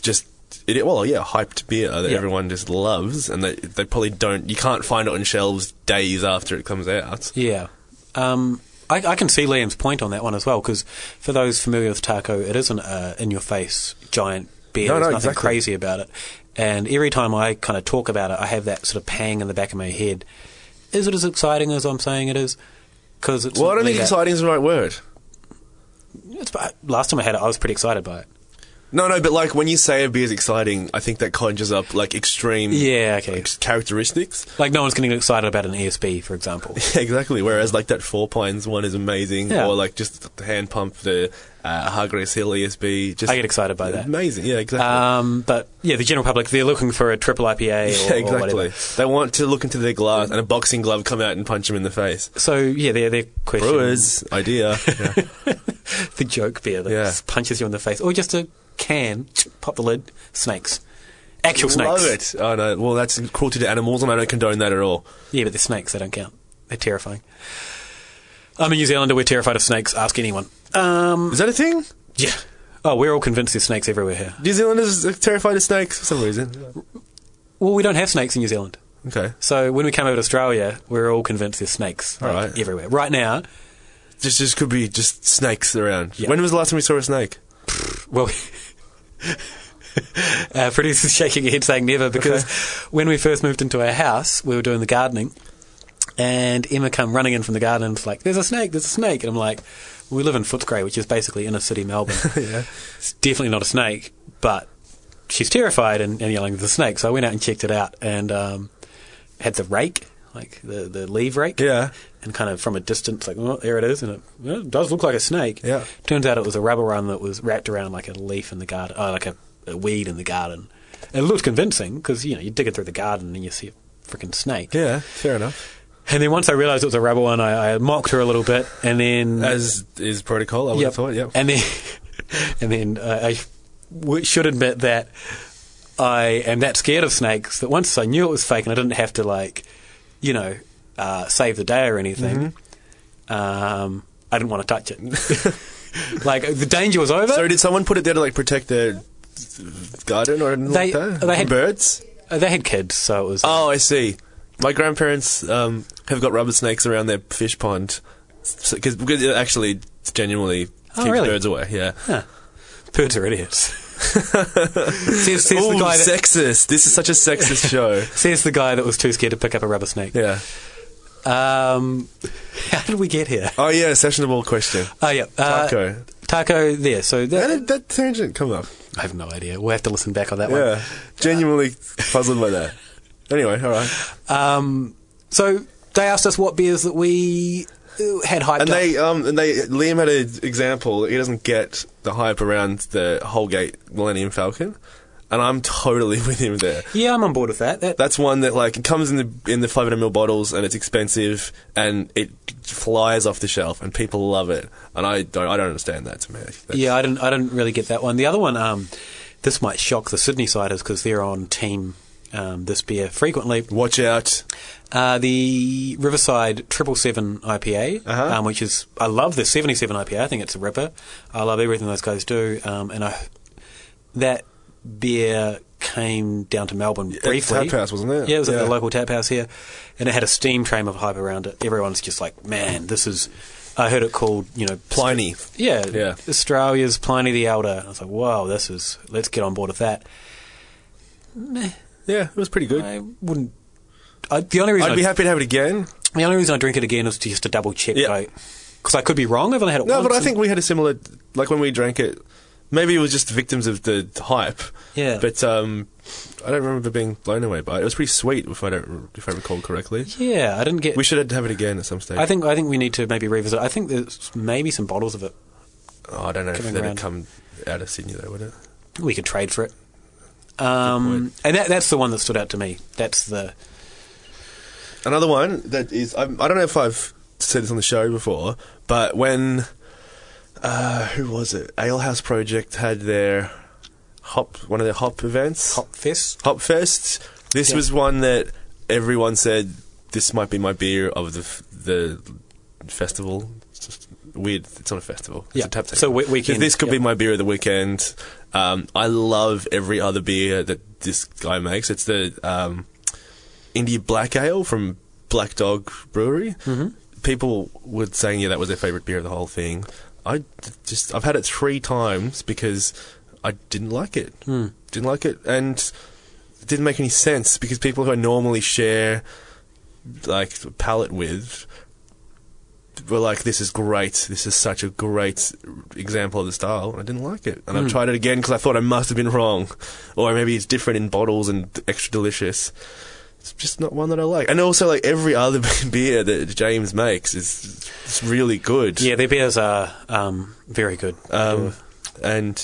Speaker 2: just. It, well, yeah, hyped beer that
Speaker 1: Yeah.
Speaker 2: everyone just loves, and they they probably don't. You can't find it on shelves days after it comes out.
Speaker 1: Yeah. Um, I, I can see Liam's point on that one as well, because for those familiar with taco, it isn't a in your face giant beer.
Speaker 2: No, no,
Speaker 1: There's nothing
Speaker 2: exactly.
Speaker 1: crazy about it. And every time I kind of talk about it, I have that sort of pang in the back of my head. Is it as exciting as I'm saying it is? Because it's
Speaker 2: Well, I
Speaker 1: not
Speaker 2: don't
Speaker 1: really
Speaker 2: think
Speaker 1: that-
Speaker 2: exciting is the right word.
Speaker 1: It's, but last time I had it, I was pretty excited by it.
Speaker 2: No, no, but like when you say a beer's exciting, I think that conjures up like extreme
Speaker 1: Yeah, okay.
Speaker 2: like, characteristics.
Speaker 1: Like no one's getting excited about an ESB, for example.
Speaker 2: exactly. Whereas like that Four Pines one is amazing,
Speaker 1: Yeah.
Speaker 2: or like just the hand pump, the uh, Hargreaves Hill ESB. Just
Speaker 1: I get excited by that.
Speaker 2: Amazing. Yeah, exactly.
Speaker 1: Um, but yeah, the general public they're looking for a triple IPA or,
Speaker 2: yeah,
Speaker 1: or
Speaker 2: exactly.
Speaker 1: whatever.
Speaker 2: They want to look into their glass and a boxing glove come out and punch them in the face.
Speaker 1: So yeah, they're they're question
Speaker 2: Brewers idea. Yeah.
Speaker 1: the joke beer that
Speaker 2: Yeah.
Speaker 1: punches you in the face, or just a can, pop the lid, snakes, actual
Speaker 2: Love
Speaker 1: snakes.
Speaker 2: it. Oh no. Well, that's cruelty to animals, and I don't condone that at all.
Speaker 1: Yeah, but they're snakes. They don't count. They're terrifying. I'm a New Zealander. We're terrified of snakes. Ask anyone. Um,
Speaker 2: Is that a thing?
Speaker 1: yeah. Oh, we're all convinced there's snakes everywhere here.
Speaker 2: New Zealanders are terrified of snakes for some reason.
Speaker 1: Well, we don't have snakes in New Zealand.
Speaker 2: Okay.
Speaker 1: So when we came over to Australia, we were all convinced there's snakes
Speaker 2: All
Speaker 1: like,
Speaker 2: right.
Speaker 1: everywhere. Right now,
Speaker 2: Just, just could be just snakes around.
Speaker 1: Yeah.
Speaker 2: When was the last time we saw a snake?
Speaker 1: well, our producer's shaking her head saying never because when we first moved into our house, we were doing the gardening, and Emma come running in from the garden and was like, "There's a snake! There's a snake!" And I'm like, "We live in Footscray, which is basically inner city Melbourne.
Speaker 2: Yeah.
Speaker 1: It's definitely not a snake, but she's terrified and, and yelling, "There's a snake!" So I went out and checked it out and um, had the rake, like the the leave rake,
Speaker 2: Yeah.
Speaker 1: and kind of from a distance, like, oh, there it is, and it, well, it does look like a snake.
Speaker 2: Yeah.
Speaker 1: Turns out it was a rubber one that was wrapped around like a leaf in the garden, oh, like a, a weed in the garden. It looked convincing because you know you dig it through the garden and you see a freaking snake.
Speaker 2: Yeah. Fair enough.
Speaker 1: And then once I realised it was a rubber one, I, I mocked her a little bit, and then
Speaker 2: As is protocol, I would have thought. Yep.
Speaker 1: and then and then uh, I w- should admit that I am that scared of snakes that once I knew it was fake and I didn't have to like, you know, uh, save the day or anything.
Speaker 2: Mm-hmm.
Speaker 1: Um, I didn't want to touch it. like the danger was over.
Speaker 2: So did someone put it there to like protect their garden or anything
Speaker 1: They-
Speaker 2: like that?
Speaker 1: they had-
Speaker 2: birds.
Speaker 1: Uh, they had kids, so it was.
Speaker 2: Oh, I see. My grandparents um, have got rubber snakes around their fish pond so, cause, because it actually genuinely
Speaker 1: Oh,
Speaker 2: keeps
Speaker 1: really?
Speaker 2: birds away. Yeah.
Speaker 1: huh. Birds are idiots. says, says
Speaker 2: Oh,
Speaker 1: the guy that,
Speaker 2: sexist! This is such a sexist show.
Speaker 1: says the guy that was too scared to pick up a rubber snake.
Speaker 2: Yeah.
Speaker 1: Um, how did we get here?
Speaker 2: Oh yeah, sessionable question.
Speaker 1: Oh yeah, uh,
Speaker 2: Taco.
Speaker 1: Taco there. So that,
Speaker 2: How did that tangent come up?
Speaker 1: I have no idea. We'll have to listen back on that
Speaker 2: Yeah, genuinely puzzled by that. Anyway, all right.
Speaker 1: one. Um, so they asked us what beers that we uh, had hyped
Speaker 2: And
Speaker 1: up.
Speaker 2: they, um, and they, Liam had an example. He doesn't get the hype around the Holgate Millennium Falcon, and I'm totally with him there.
Speaker 1: yeah, I'm on board with that. that,
Speaker 2: That's one that like it comes in the in the 500 ml bottles, and it's expensive, and it flies off the shelf, and people love it. And I don't, I don't understand that to me. That's-
Speaker 1: yeah, I didn't. I didn't really get that one. The other one, um, this might shock the Sydney siders because they're on team um, this beer frequently.
Speaker 2: Watch out.
Speaker 1: Uh, the Riverside Triple Seven IPA,
Speaker 2: Uh-huh.
Speaker 1: um, which is I love the Seventy Seven IPA. I think it's a ripper. I love everything those guys do, um, and I that beer came down to Melbourne briefly.
Speaker 2: Tap House, wasn't it?
Speaker 1: Yeah, it was at
Speaker 2: Yeah.
Speaker 1: the local tap house here, and it had a steam train of hype around it. Everyone's just like, "Man, this is." I heard it called, you know,
Speaker 2: Pliny.
Speaker 1: yeah,
Speaker 2: Yeah.
Speaker 1: Australia's Pliny the Elder. And I was like, "Wow, this is." Let's get on board with that.
Speaker 2: Yeah, it was pretty good.
Speaker 1: I wouldn't. I, the only reason
Speaker 2: I'd be
Speaker 1: I-
Speaker 2: happy to have it again.
Speaker 1: The only reason I drink it again is to just to double check,
Speaker 2: Yeah.
Speaker 1: because I could be wrong. I've only had it
Speaker 2: No,
Speaker 1: once.
Speaker 2: but I
Speaker 1: and-
Speaker 2: think we had a similar like when we drank it. Maybe it was just victims of the hype.
Speaker 1: Yeah.
Speaker 2: But um, I don't remember being blown away by it. It was pretty sweet, if I don't, if I recall correctly.
Speaker 1: yeah, I didn't get.
Speaker 2: We should have it again at some stage.
Speaker 1: I think I think we need to maybe revisit. I think there's maybe some bottles of it
Speaker 2: oh, I don't know if
Speaker 1: coming
Speaker 2: that would
Speaker 1: round.
Speaker 2: come out of Sydney though, would it?
Speaker 1: we could trade for it. Um, and that that's the one that stood out to me. That's the
Speaker 2: Another one that is I'm, I don't know if I've said this on the show before, but when uh, who was it? Alehouse Project had their hop one of their hop events.
Speaker 1: Hop Fest.
Speaker 2: Hopfest. This
Speaker 1: Yeah.
Speaker 2: was one that everyone said this might be my beer of the f- the festival. It's just weird. It's not a festival. It's
Speaker 1: Yeah.
Speaker 2: a tap table.
Speaker 1: So we- weekend,
Speaker 2: This could
Speaker 1: yeah.
Speaker 2: be my beer of the weekend. Um, I love every other beer that this guy makes. It's the um, India Black Ale from Black Dog Brewery. Mm-hmm. People were saying, yeah, that was their favorite beer of the whole thing. I d- just I've had it three times because I didn't like it.
Speaker 1: Hmm.
Speaker 2: Didn't like it, and it didn't make any sense because people who I normally share like palate with were like, "This is great. This is such a great example of the style," and I didn't like it. And I've tried it again because I thought I must have been wrong, or maybe it's different in bottles and extra delicious. It's just not one that I like. And also, like every other beer that James makes is it's really good.
Speaker 1: Yeah, their beers are um, very good.
Speaker 2: Um, and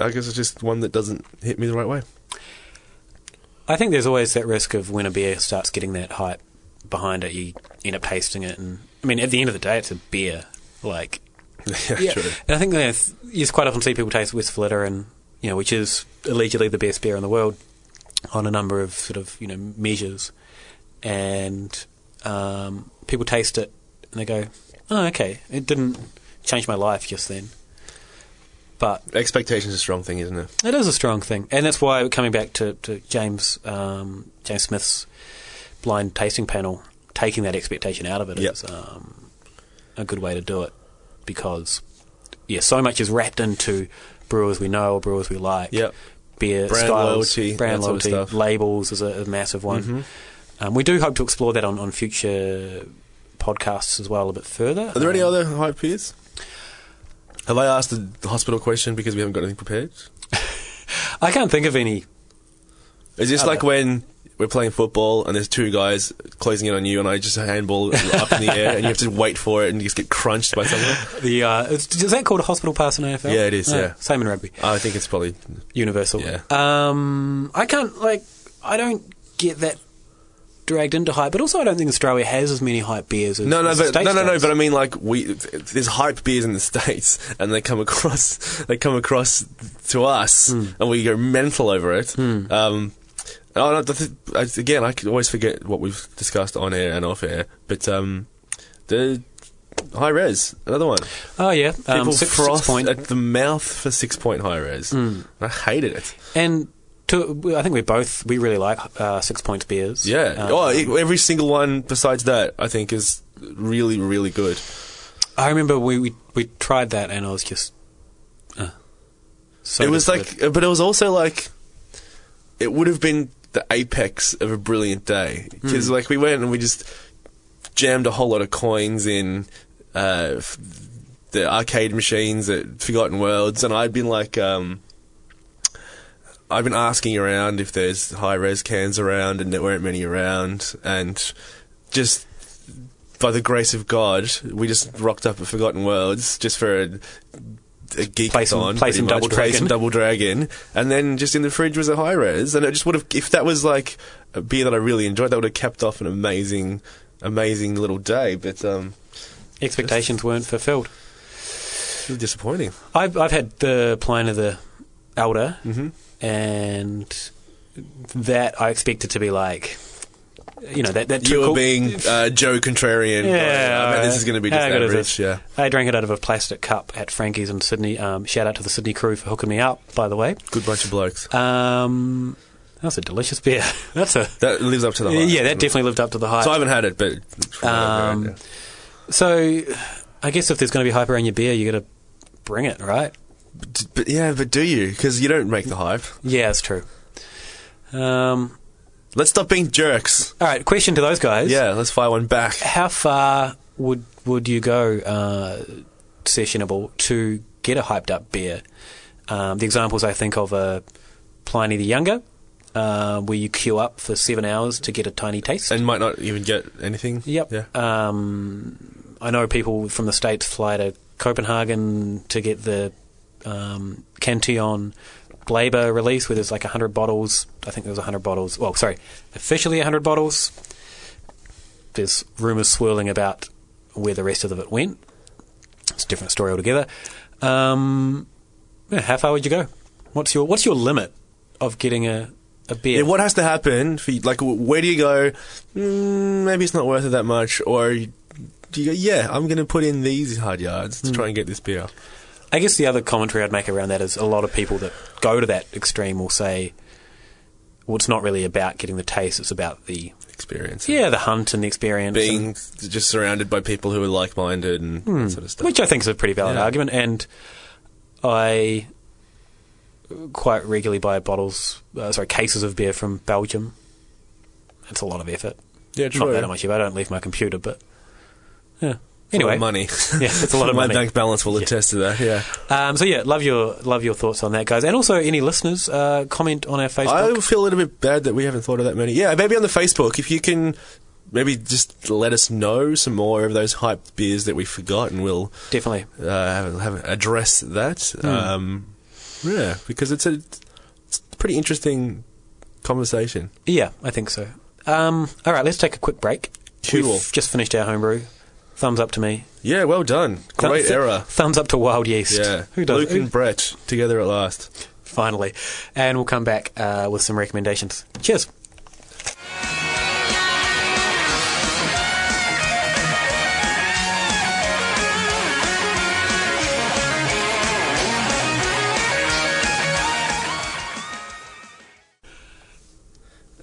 Speaker 2: I guess it's just one that doesn't hit me the right way.
Speaker 1: I think there's always that risk of when a beer starts getting that hype behind it, you end up tasting it. And I mean, at the end of the day, it's a beer. Like,
Speaker 2: yeah, true.
Speaker 1: And I think there's, you just quite often see people taste West Flitter, and you know, which is allegedly the best beer in the world on a number of sort of you know measures, and um, people taste it and they go, "Oh, okay, it didn't change my life just then." But
Speaker 2: Expectation's a strong thing, isn't it?
Speaker 1: it is a strong thing, and that's why coming back to, to James um, James Smith's blind tasting panel, taking that expectation out of it is
Speaker 2: Yep.
Speaker 1: um, a good way to do it because yeah, so much is wrapped into brewers we know or brewers we like.
Speaker 2: Yep.
Speaker 1: beer
Speaker 2: Brand
Speaker 1: styles,
Speaker 2: loyalty,
Speaker 1: brand
Speaker 2: that sort of
Speaker 1: loyalty,
Speaker 2: stuff. Mm-hmm.
Speaker 1: labels is a, a massive one. Um, we do hope to explore that on, on future podcasts as well a bit further.
Speaker 2: Are there any
Speaker 1: Um,
Speaker 2: other hype beers? Have I asked the the hospital question because we haven't got anything prepared?
Speaker 1: I can't think of any.
Speaker 2: Is this
Speaker 1: Other.
Speaker 2: like when we're playing football and there's two guys closing in on you and I just handball up in the air and you have to wait for it and you just get crunched by someone?
Speaker 1: The uh, is, is that called a hospital pass in AFL?
Speaker 2: Yeah, it is, yeah.
Speaker 1: same in rugby.
Speaker 2: I think it's probably
Speaker 1: Universal.
Speaker 2: Yeah.
Speaker 1: Um, I can't like I don't get that dragged into hype, but also I don't think Australia has as many hype beers. As,
Speaker 2: no, no,
Speaker 1: as the
Speaker 2: but,
Speaker 1: States
Speaker 2: no, no, no.
Speaker 1: does.
Speaker 2: But I mean, like we there's hype beers in the states and they come across they come across to us
Speaker 1: Hmm.
Speaker 2: and we go mental over it. Um, oh, no, the th- I- again, I could always forget what we've discussed on air and off air, but um, the high res, another one.
Speaker 1: oh yeah, um,
Speaker 2: People
Speaker 1: six, six
Speaker 2: froth
Speaker 1: point. Hmm.
Speaker 2: at the mouth for six point high res. I hated it.
Speaker 1: and to, I think we both we really like uh, six points beers.
Speaker 2: Yeah.
Speaker 1: Um,
Speaker 2: oh, e- every single one besides that, I think is really, really good.
Speaker 1: I remember we, we we tried that and I was just. Uh, so
Speaker 2: it was
Speaker 1: disappointed.
Speaker 2: like, but it was also like, it would have been the apex of a brilliant day because like we went and we just jammed a whole lot of coins in uh, f- the arcade machines at Forgotten Worlds, and I'd been like, um, I've been asking around if there's high res cans around, and there weren't many around, and just by the grace of God, we just rocked up at Forgotten Worlds just for a, a geek
Speaker 1: Play some-
Speaker 2: on,
Speaker 1: play some
Speaker 2: pretty much,
Speaker 1: Double
Speaker 2: play
Speaker 1: Dragon.
Speaker 2: some Double Dragon, and then just in the fridge was a high res, and it just would have if that was like a beer that I really enjoyed, that would have kept off an amazing, amazing little day, but um,
Speaker 1: expectations weren't fulfilled.
Speaker 2: it's really disappointing.
Speaker 1: I've I've had the Plane of the Elder,
Speaker 2: Mm-hmm.
Speaker 1: and that I expected to be like, you know, that that
Speaker 2: You
Speaker 1: typical-
Speaker 2: were being uh, Joe Contrarian.
Speaker 1: Yeah,
Speaker 2: I mean, this
Speaker 1: uh,
Speaker 2: is going to be just
Speaker 1: how good is
Speaker 2: average.
Speaker 1: this?
Speaker 2: Yeah,
Speaker 1: I drank it out of a plastic cup at Frankie's in Sydney. Um, shout out to the Sydney crew for hooking me up, by the way.
Speaker 2: good bunch of blokes.
Speaker 1: Um, that's a delicious beer. That's a
Speaker 2: That lives up to the hype.
Speaker 1: yeah, that definitely lived up to the hype.
Speaker 2: So I haven't had it, but
Speaker 1: Um, So, I guess if there's going to be hype around your beer, you got to bring it, right?
Speaker 2: D- but yeah, but do you? Because you don't make the hype.
Speaker 1: Yeah, that's true. Um,
Speaker 2: Let's stop being jerks.
Speaker 1: all right, question to those guys.
Speaker 2: Yeah, let's fire one back.
Speaker 1: How far would would you go uh, sessionable to get a hyped up beer? Um, the examples I think of are Pliny the Younger, uh, where you queue up for seven hours to get a tiny taste.
Speaker 2: And might not even get anything.
Speaker 1: Yep.
Speaker 2: Yeah.
Speaker 1: Um, I know people from the States fly to Copenhagen to get the um, Cantillon Glaber release, where there's like 100 bottles. I think there's 100 bottles. Well, sorry, officially 100 bottles. There's rumours swirling about where the rest of it went. It's a different story altogether. Um, yeah, how far would you go? What's your What's your limit of getting a a beer?
Speaker 2: Yeah, what has to happen for you? Like, wh- where do you go? Mm, maybe it's not worth it that much, or you- do you go? Yeah, I'm going to put in these hard yards
Speaker 1: Hmm.
Speaker 2: to try and get this beer.
Speaker 1: I guess the other commentary I'd make around that is a lot of people that go to that extreme will say, well, it's not really about getting the taste, it's about the
Speaker 2: Experience.
Speaker 1: yeah, the hunt and the experience,
Speaker 2: being just surrounded by people who are like-minded and that sort of
Speaker 1: and-
Speaker 2: stuff.
Speaker 1: Hmm. which I think is a pretty valid
Speaker 2: Yeah.
Speaker 1: argument. And I quite regularly buy bottles, uh, sorry, cases of beer from Belgium. That's a lot of effort.
Speaker 2: yeah,
Speaker 1: Not that much effort. I don't leave my computer, but yeah, Anyway,
Speaker 2: money.
Speaker 1: Yeah, it's a lot of
Speaker 2: My
Speaker 1: money.
Speaker 2: bank balance will attest to that. Yeah,
Speaker 1: Um, so yeah, love your love your thoughts on that, guys, and also any listeners uh, comment on our Facebook.
Speaker 2: I feel a little bit bad that we haven't thought of that many. Yeah, maybe on the Facebook if you can. Maybe just let us know some more of those hype beers that we forgot, and we'll
Speaker 1: Definitely,
Speaker 2: uh, have, have address that.
Speaker 1: Hmm.
Speaker 2: Um, yeah, because it's a, it's a pretty interesting conversation.
Speaker 1: yeah, I think so. Um, all right, let's take a quick break.
Speaker 2: Cool.
Speaker 1: We've just finished our homebrew. Thumbs up to me.
Speaker 2: Yeah, well done. Great
Speaker 1: Thu-
Speaker 2: era.
Speaker 1: Thumbs up to Wild Yeast.
Speaker 2: Yeah,
Speaker 1: Who does
Speaker 2: Luke
Speaker 1: who-
Speaker 2: and Brett together at last.
Speaker 1: Finally, and we'll come back uh, with some recommendations. Cheers.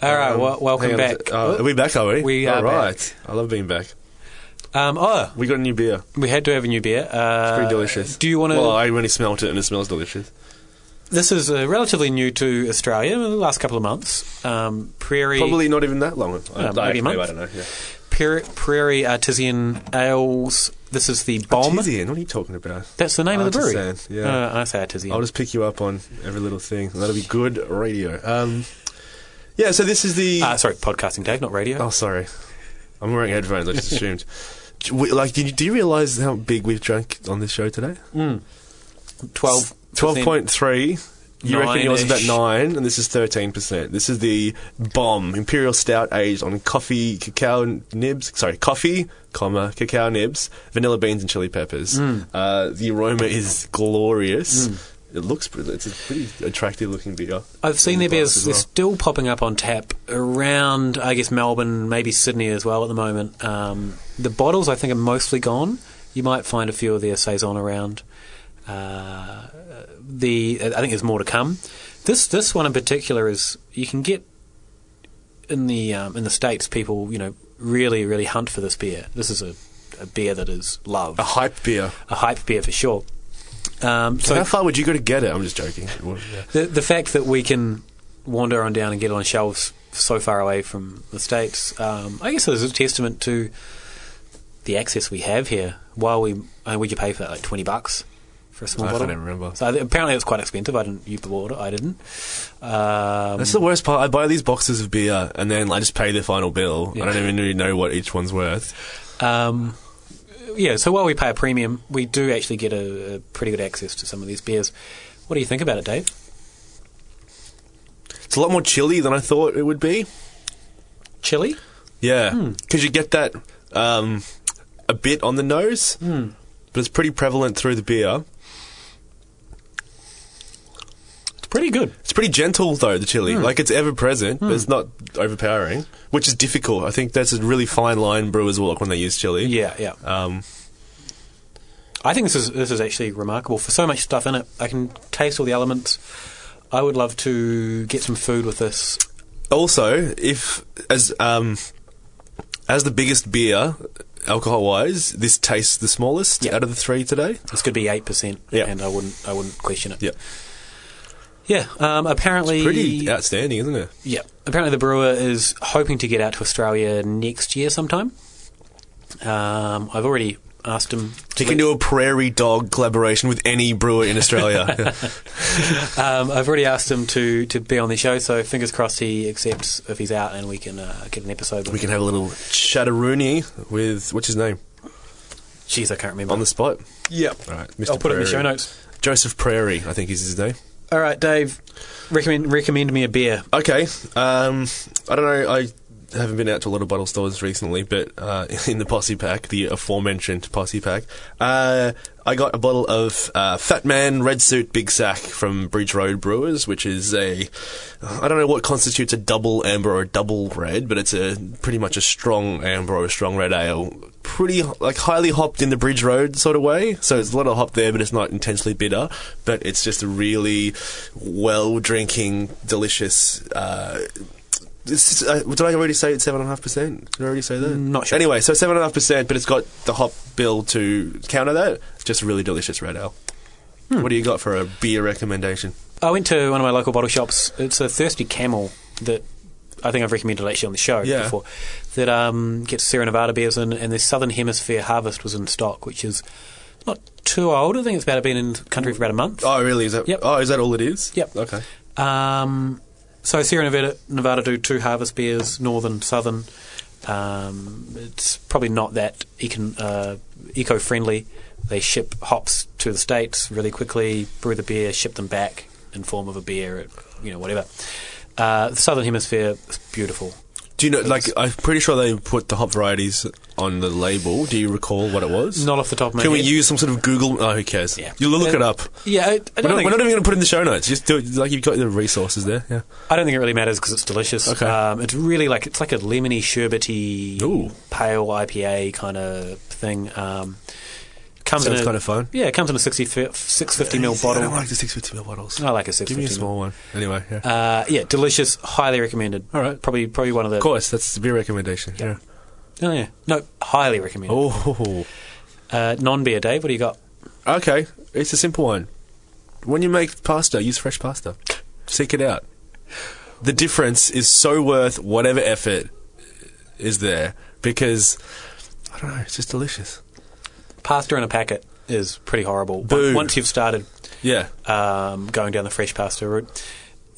Speaker 1: All right,
Speaker 2: Um,
Speaker 1: well, Uh, welcome
Speaker 2: hang on a
Speaker 1: back.
Speaker 2: sec. Oh, are we back already?
Speaker 1: We are
Speaker 2: All right. I love being back.
Speaker 1: um, oh,
Speaker 2: We got a new beer.
Speaker 1: we had to have a new beer. Uh,
Speaker 2: Pretty delicious.
Speaker 1: Do you want to?
Speaker 2: Well, I only smelt it, and it smells delicious.
Speaker 1: this is uh, relatively new to Australia. The last couple of months, um, Prairie
Speaker 2: Probably not even that long. I-
Speaker 1: Uh,
Speaker 2: I,
Speaker 1: maybe a month.
Speaker 2: I don't know. Yeah.
Speaker 1: Pra- Prairie Artisan Ales. This is the bomb.
Speaker 2: Artisan, what are you talking about?
Speaker 1: That's the name of the brewery.
Speaker 2: Artisan, yeah.
Speaker 1: Uh, I say artisan.
Speaker 2: I'll just pick you up on every little thing. That'll be good radio. Um, yeah. So this is the.
Speaker 1: uh, sorry, podcasting, Dave, not radio.
Speaker 2: oh, sorry. I'm wearing headphones. I just assumed. Do we- like, do you, do you realize how big we've drunk on this show today?
Speaker 1: Twelve.
Speaker 2: Twelve point three. You reckon yours is about
Speaker 1: Nine-ish.
Speaker 2: nine, and this is thirteen percent. This is the bomb imperial stout aged on coffee, cacao nibs. Sorry, coffee, comma cacao nibs, vanilla beans, and chili peppers.
Speaker 1: Mm.
Speaker 2: Uh, the aroma is glorious. It looks pretty. It's a pretty attractive looking beer.
Speaker 1: I've seen their
Speaker 2: In
Speaker 1: beers.
Speaker 2: glass as
Speaker 1: They're
Speaker 2: well.
Speaker 1: still popping up on tap around, I guess, Melbourne, maybe Sydney as well at the moment. Um, the bottles, I think, are mostly gone. You might find a few of their saison around. Uh, the I think there's more to come. This this one in particular is you can get in the um, in the states. People, you know, really really hunt for this beer. This is a, a beer that is loved,
Speaker 2: A hype beer.
Speaker 1: a hype beer for sure. Um, so
Speaker 2: How far would you go to get it? I'm just joking. Well, yeah.
Speaker 1: the, the fact that we can wander on down and get on shelves so far away from the states, um, I guess is a testament to the access we have here. While we, uh, would you pay for that? Like twenty bucks for a small
Speaker 2: I
Speaker 1: bottle.
Speaker 2: don't even remember.
Speaker 1: So I thi- apparently it was quite expensive. I didn't. You bought it. I didn't. Um,
Speaker 2: That's the worst part. I buy these boxes of beer and then I just pay the final bill.
Speaker 1: Yeah.
Speaker 2: I don't even really know what each one's worth.
Speaker 1: Um, yeah, so while we pay a premium, we do actually get a, a pretty good access to some of these beers. What do you think about it, Dave?
Speaker 2: It's a lot more chilly than I thought it would be.
Speaker 1: Chili?
Speaker 2: Yeah,
Speaker 1: Hmm.
Speaker 2: because you get that um, a bit on the nose,
Speaker 1: Hmm.
Speaker 2: but it's pretty prevalent through the beer.
Speaker 1: It's pretty good.
Speaker 2: It's pretty gentle though, the chili.
Speaker 1: Hmm.
Speaker 2: Like it's ever present, but it's not overpowering, which is difficult. I think that's a really fine line brewers walk when they use chili.
Speaker 1: Yeah, yeah.
Speaker 2: Um,
Speaker 1: I think this is this is actually remarkable for so much stuff in it. I can taste all the elements. I would love to get some food with this.
Speaker 2: also, if as um, as the biggest beer, alcohol wise, this tastes the smallest
Speaker 1: Yeah.
Speaker 2: out of the three today.
Speaker 1: This could be eight percent,
Speaker 2: Yeah.
Speaker 1: and I wouldn't I wouldn't question it.
Speaker 2: Yeah,
Speaker 1: Yeah, um, apparently,
Speaker 2: pretty outstanding, isn't it?
Speaker 1: yeah, apparently the brewer is hoping to get out to Australia next year sometime. Um, I've already asked him.
Speaker 2: You can do a prairie dog collaboration with any brewer in Australia.
Speaker 1: Um, I've already asked him to, to be on the show, so fingers crossed he accepts if he's out, and we can uh, get an episode.
Speaker 2: We
Speaker 1: With
Speaker 2: can have a little chatteroonie with what's his name
Speaker 1: Jeez, I can't remember.
Speaker 2: on the spot.
Speaker 1: yeah,
Speaker 2: All right,
Speaker 1: I'll put it in the show
Speaker 2: Prairie.
Speaker 1: notes.
Speaker 2: Joseph Prairie, I think is his name.
Speaker 1: All right, Dave, recommend recommend me a beer.
Speaker 2: Okay, um, I don't know. I haven't been out to a lot of bottle stores recently, but uh, in the posse pack, the aforementioned posse pack, uh, I got a bottle of uh, Fat Man Red Suit Big Sack from Bridge Road Brewers, which is a I don't know what constitutes a double amber or a double red, but it's a pretty much a strong amber or a strong red ale. Pretty like highly hopped in the Bridge Road sort of way, so it's a lot of hop there, but it's not intensely bitter. But it's just a really well drinking, delicious. Uh, this is, uh, did I already say it's seven and a half percent? Did I already say that?
Speaker 1: Mm, Not sure.
Speaker 2: Anyway, so seven and a half percent, but it's got the hop bill to counter that. It's just a really delicious red ale.
Speaker 1: Hmm.
Speaker 2: What do you got for a beer recommendation?
Speaker 1: I went to one of my local bottle shops. It's a thirsty camel that I think I've recommended actually on the show
Speaker 2: Yeah.
Speaker 1: before that um, gets Sierra Nevada beers in, and the Southern Hemisphere Harvest was in stock, which is not too old. I think it's about been in the country for about a month.
Speaker 2: Oh, really? Is that?
Speaker 1: Yep.
Speaker 2: Oh, is that all it is?
Speaker 1: Yep.
Speaker 2: Okay.
Speaker 1: Um, so Sierra Nevada, Nevada do two harvest beers, northern, southern. Um, it's probably not that econ, uh, eco-friendly. They ship hops to the states really quickly, brew the beer, ship them back in form of a beer, you know, whatever. Uh, the southern hemisphere is beautiful.
Speaker 2: Do you know? Like, I'm pretty sure they put the hop varieties on the label. Do you recall what it was?
Speaker 1: Not off the top of my
Speaker 2: Can we
Speaker 1: head.
Speaker 2: use some sort of Google? Oh, who cares?
Speaker 1: Yeah.
Speaker 2: You'll look it up.
Speaker 1: Yeah, I, I, don't
Speaker 2: We're not,
Speaker 1: think,
Speaker 2: we're not even going to put it in the show notes. Just do it. Like you've got the resources there. Yeah.
Speaker 1: I don't think it really matters because it's delicious.
Speaker 2: Okay.
Speaker 1: Um, it's really like it's like a lemony, sherbety,
Speaker 2: Ooh.
Speaker 1: pale IPA kind of thing. Um, comes
Speaker 2: Sounds
Speaker 1: in a,
Speaker 2: kind of fun.
Speaker 1: Yeah, it comes in a 60, fi- 650 ml
Speaker 2: I don't
Speaker 1: bottle.
Speaker 2: like the 650 ml bottles.
Speaker 1: I like a
Speaker 2: Give me a
Speaker 1: 650 ml.
Speaker 2: small one. Anyway. Yeah.
Speaker 1: Uh, yeah, delicious. Highly recommended.
Speaker 2: All right.
Speaker 1: Probably, probably one of the.
Speaker 2: Of course, that's the beer recommendation. Yeah.
Speaker 1: Oh yeah, no, highly recommended.
Speaker 2: Oh.
Speaker 1: Uh, non-beer, Dave. What do you got?
Speaker 2: Okay. It's a simple one. When you make pasta, use fresh pasta. Seek it out. The difference is so worth whatever effort is there because I don't know. It's just delicious.
Speaker 1: Pasta in a packet is pretty horrible.
Speaker 2: Boo.
Speaker 1: Once you've started
Speaker 2: Yeah.
Speaker 1: um, going down the fresh pasta route.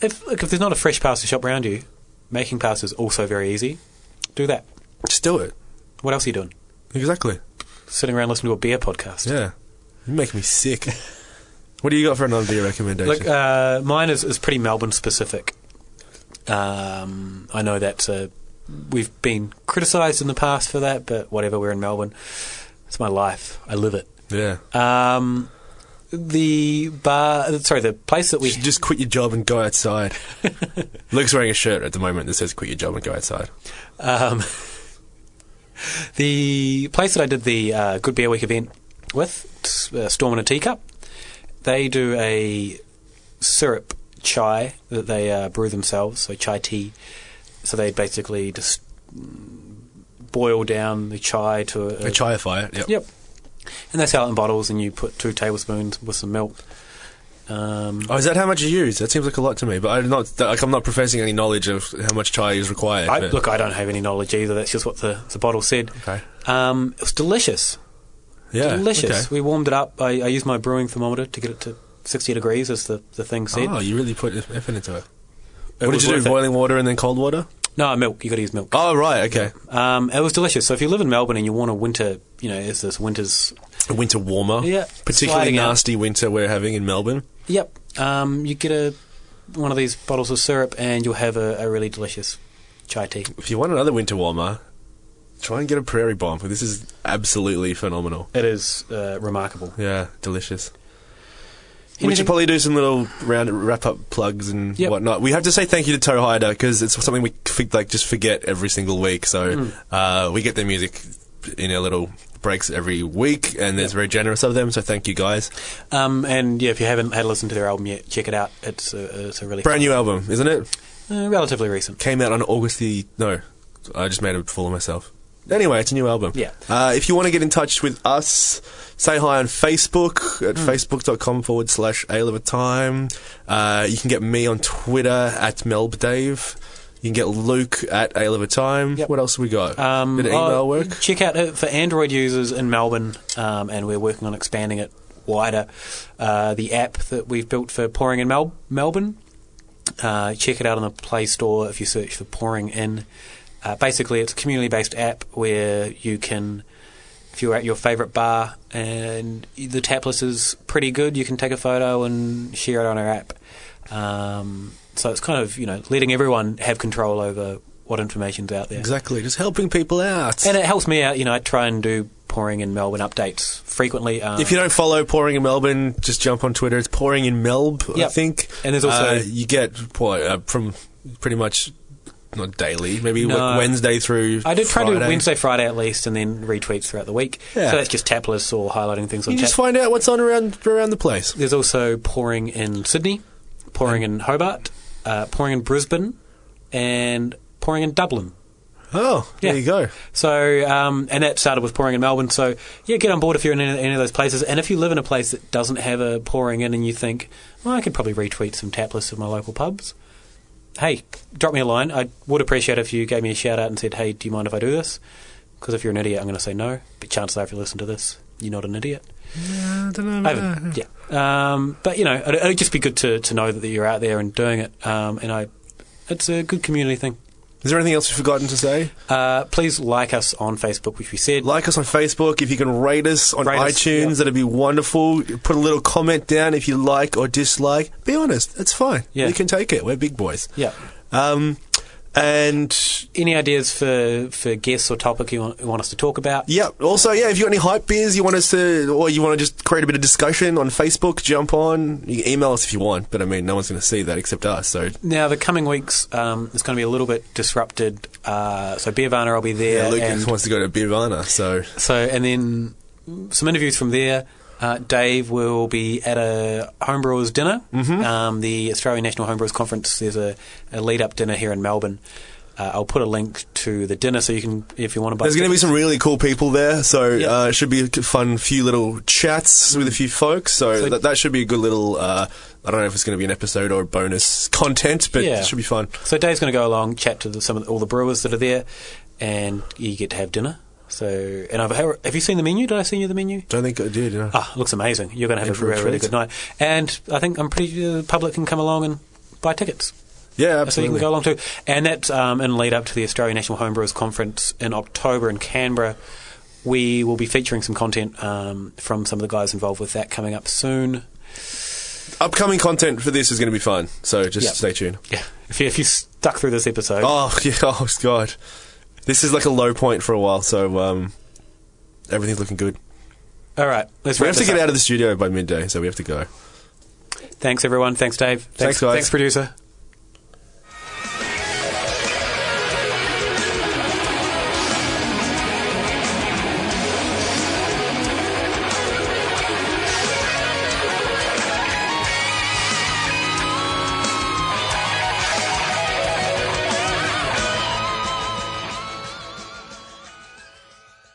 Speaker 1: If look, if there's not a fresh pasta shop around you, making pasta is also very easy. Do that.
Speaker 2: Just do it.
Speaker 1: What else are you doing?
Speaker 2: Exactly.
Speaker 1: Sitting around listening to a beer podcast.
Speaker 2: Yeah. You make me sick. what do you got for another beer recommendation?
Speaker 1: Look, uh, mine is, is pretty Melbourne specific. Um, I know that's a, we've been criticised in the past for that, but whatever. We're in Melbourne. It's my life. I live it.
Speaker 2: yeah.
Speaker 1: Um, the bar, sorry, the place that
Speaker 2: You
Speaker 1: we
Speaker 2: should just quit your job and go outside. Luke's wearing a shirt at the moment that says "Quit your job and go outside."
Speaker 1: Um, the place that I did the uh, Good Beer Week event with, s- uh, Storm in a Teacup, they do a syrup chai that they uh, brew themselves, so chai tea. So they basically just mm, boil down the chai to a,
Speaker 2: A chiifier. Yep.
Speaker 1: Yep. And they sell it in bottles, and you put two tablespoons with some milk. Um,
Speaker 2: Oh, is that how much you use? That seems like a lot to me, but I'm not. Like, I'm not professing any knowledge of how much chai is required.
Speaker 1: I,
Speaker 2: but-
Speaker 1: look, I don't have any knowledge either. That's just what the, the bottle said.
Speaker 2: Okay.
Speaker 1: Um, it was delicious.
Speaker 2: yeah,
Speaker 1: delicious.
Speaker 2: okay.
Speaker 1: We warmed it up. I, I used my brewing thermometer to get it to 60 degrees, as the, the thing said.
Speaker 2: Oh, you really put effort into it.
Speaker 1: It
Speaker 2: what did
Speaker 1: was
Speaker 2: you do?
Speaker 1: worth it.
Speaker 2: Boiling water and then cold water?
Speaker 1: No, milk. You got to use milk.
Speaker 2: Oh, right. Okay.
Speaker 1: Um, it was delicious. So if you live in Melbourne and you want a winter, you know, is this winter's?
Speaker 2: A winter warmer.
Speaker 1: Yeah,
Speaker 2: Particularly
Speaker 1: sliding out.
Speaker 2: nasty winter we're having in Melbourne.
Speaker 1: Yep. Um, you get a one of these bottles of syrup, and you'll have a, a really delicious chai tea.
Speaker 2: If you want another winter warmer, try and get a prairie bomb. This is absolutely phenomenal.
Speaker 1: It is uh, remarkable.
Speaker 2: Yeah, delicious. We
Speaker 1: Anything-
Speaker 2: should probably do some little round wrap up plugs and
Speaker 1: Yep.
Speaker 2: whatnot. We have to say thank you to Toe Hider because it's something we f- like just forget every single week. So uh, we get their music in our little breaks every week, and it's very generous of them. So thank you guys.
Speaker 1: um, and yeah, if you haven't had a listen to their album yet, check it out. It's a, it's a really
Speaker 2: Brand new album, isn't it?
Speaker 1: uh, relatively recent.
Speaker 2: Came out on August the no, I just made a fool of myself. Anyway, it's a new album.
Speaker 1: Yeah.
Speaker 2: Uh, if you want to get in touch with us, say hi on Facebook
Speaker 1: Hmm.
Speaker 2: at facebook.com forward slash A of Time. Uh, you can get me on Twitter at MelbDave. You can get Luke at A of Time.
Speaker 1: Yep.
Speaker 2: What else have we got?
Speaker 1: Um,
Speaker 2: Did email
Speaker 1: uh,
Speaker 2: work?
Speaker 1: Check out uh, for Android users in Melbourne, um, and we're working on expanding it wider. Uh, the app that we've built for pouring in Mel- Melbourne, uh, check it out on the Play Store if you search for pouring in. Uh, basically, it's a community-based app where you can, if you're at your favourite bar and the tap list is pretty good, you can take a photo and share it on our app. Um, so it's kind of you know letting everyone have control over what information's out there.
Speaker 2: Exactly. Just helping people out.
Speaker 1: And it helps me out. You know, I try and do pouring in Melbourne updates frequently. Um,
Speaker 2: if you don't follow Pouring in Melbourne, just jump on Twitter. It's Pouring in Melb, I
Speaker 1: Yep.
Speaker 2: think.
Speaker 1: And there's also-
Speaker 2: Uh, you get what, uh, from pretty much not daily, maybe
Speaker 1: No.
Speaker 2: like Wednesday through.
Speaker 1: I did try to do
Speaker 2: Friday.
Speaker 1: Wednesday, Friday at least, and then retweets throughout the week.
Speaker 2: Yeah.
Speaker 1: So that's just tap lists or highlighting things on
Speaker 2: You
Speaker 1: tap.
Speaker 2: just find out what's on around around the place.
Speaker 1: There's also pouring in Sydney, pouring in Hobart, uh, pouring in Brisbane, and pouring in Dublin.
Speaker 2: Oh, there
Speaker 1: Yeah.
Speaker 2: you go.
Speaker 1: So, um, and that started with pouring in Melbourne. So, yeah, get on board if you're in any, any of those places. And if you live in a place that doesn't have a pouring in and you think, well, I could probably retweet some tap lists of my local pubs, hey, drop me a line. I would appreciate if you gave me a shout out and said, hey, do you mind if I do this? Because if you're an idiot, I'm going to say no. But chances are, if you listen to this, you're not an idiot.
Speaker 2: I don't know.
Speaker 1: I haven't, yeah. Um, but you know, it, it'd just be good to, to know that you're out there and doing it. Um, and I, it's a good community thing.
Speaker 2: Is there anything else you've forgotten to say?
Speaker 1: Uh, please like us on Facebook, which we said.
Speaker 2: Like us on Facebook. If you can rate us on
Speaker 1: Rate us,
Speaker 2: iTunes,
Speaker 1: yeah.
Speaker 2: that'd be wonderful. Put a little comment down if you like or dislike. Be honest, it's fine.
Speaker 1: Yeah.
Speaker 2: We can take it. We're big boys.
Speaker 1: yeah.
Speaker 2: Um, and
Speaker 1: Any ideas for, for guests or topic you want, you want us to talk about?
Speaker 2: yeah, also yeah, if you got any hype beers you want us to, or you want to just create a bit of discussion on Facebook, jump on. You can email us if you want, but I mean, no one's going to see that except us. So
Speaker 1: Now, the coming weeks, um, it's going to be a little bit disrupted. Uh, so, Beervana, I'll be there.
Speaker 2: yeah, Lucas
Speaker 1: and-
Speaker 2: wants to go to Birvana, so
Speaker 1: So, and then some interviews from there. Uh, Dave will be at a homebrewers dinner,
Speaker 2: Mm-hmm.
Speaker 1: um, the Australian National Homebrewers Conference. There's a, a lead-up dinner here in Melbourne. Uh, I'll put a link to the dinner so you can, if you want to buy.
Speaker 2: There's going to be some really cool people there, so
Speaker 1: Yeah.
Speaker 2: uh, it should be a fun few little chats with a few folks. So,
Speaker 1: So-
Speaker 2: that, that should be a good little. Uh, I don't know if it's going to be an episode or bonus content, but
Speaker 1: Yeah.
Speaker 2: it should be fun.
Speaker 1: So Dave's going to go along, chat to the, some of the, all the brewers that are there, and you get to have dinner. So, and I've have you seen the menu? Did I send you the menu?
Speaker 2: Don't think I did. You know.
Speaker 1: Ah, looks amazing. You're going to have a
Speaker 2: Intro
Speaker 1: really, really
Speaker 2: treat.
Speaker 1: good night. And I think I'm pretty sure the public can come along and buy tickets.
Speaker 2: yeah,
Speaker 1: So you can
Speaker 2: absolutely.
Speaker 1: go along too. And that's um, in lead up to the Australian National Homebrewers Conference in October in Canberra. We will be featuring some content um, from some of the guys involved with that coming up soon.
Speaker 2: Upcoming content for this is going to be fun, so just
Speaker 1: Yeah.
Speaker 2: stay tuned.
Speaker 1: Yeah. If you, if you stuck through this episode,
Speaker 2: Oh, yeah, oh god, this is like a low point for a while. So um, everything's looking good.
Speaker 1: all right. Let's
Speaker 2: We
Speaker 1: wrap
Speaker 2: have to
Speaker 1: this
Speaker 2: get
Speaker 1: up.
Speaker 2: out of the studio by midday, so we have to go.
Speaker 1: Thanks, everyone. Thanks, Dave. Thanks,
Speaker 2: guys.
Speaker 1: Thanks, producer.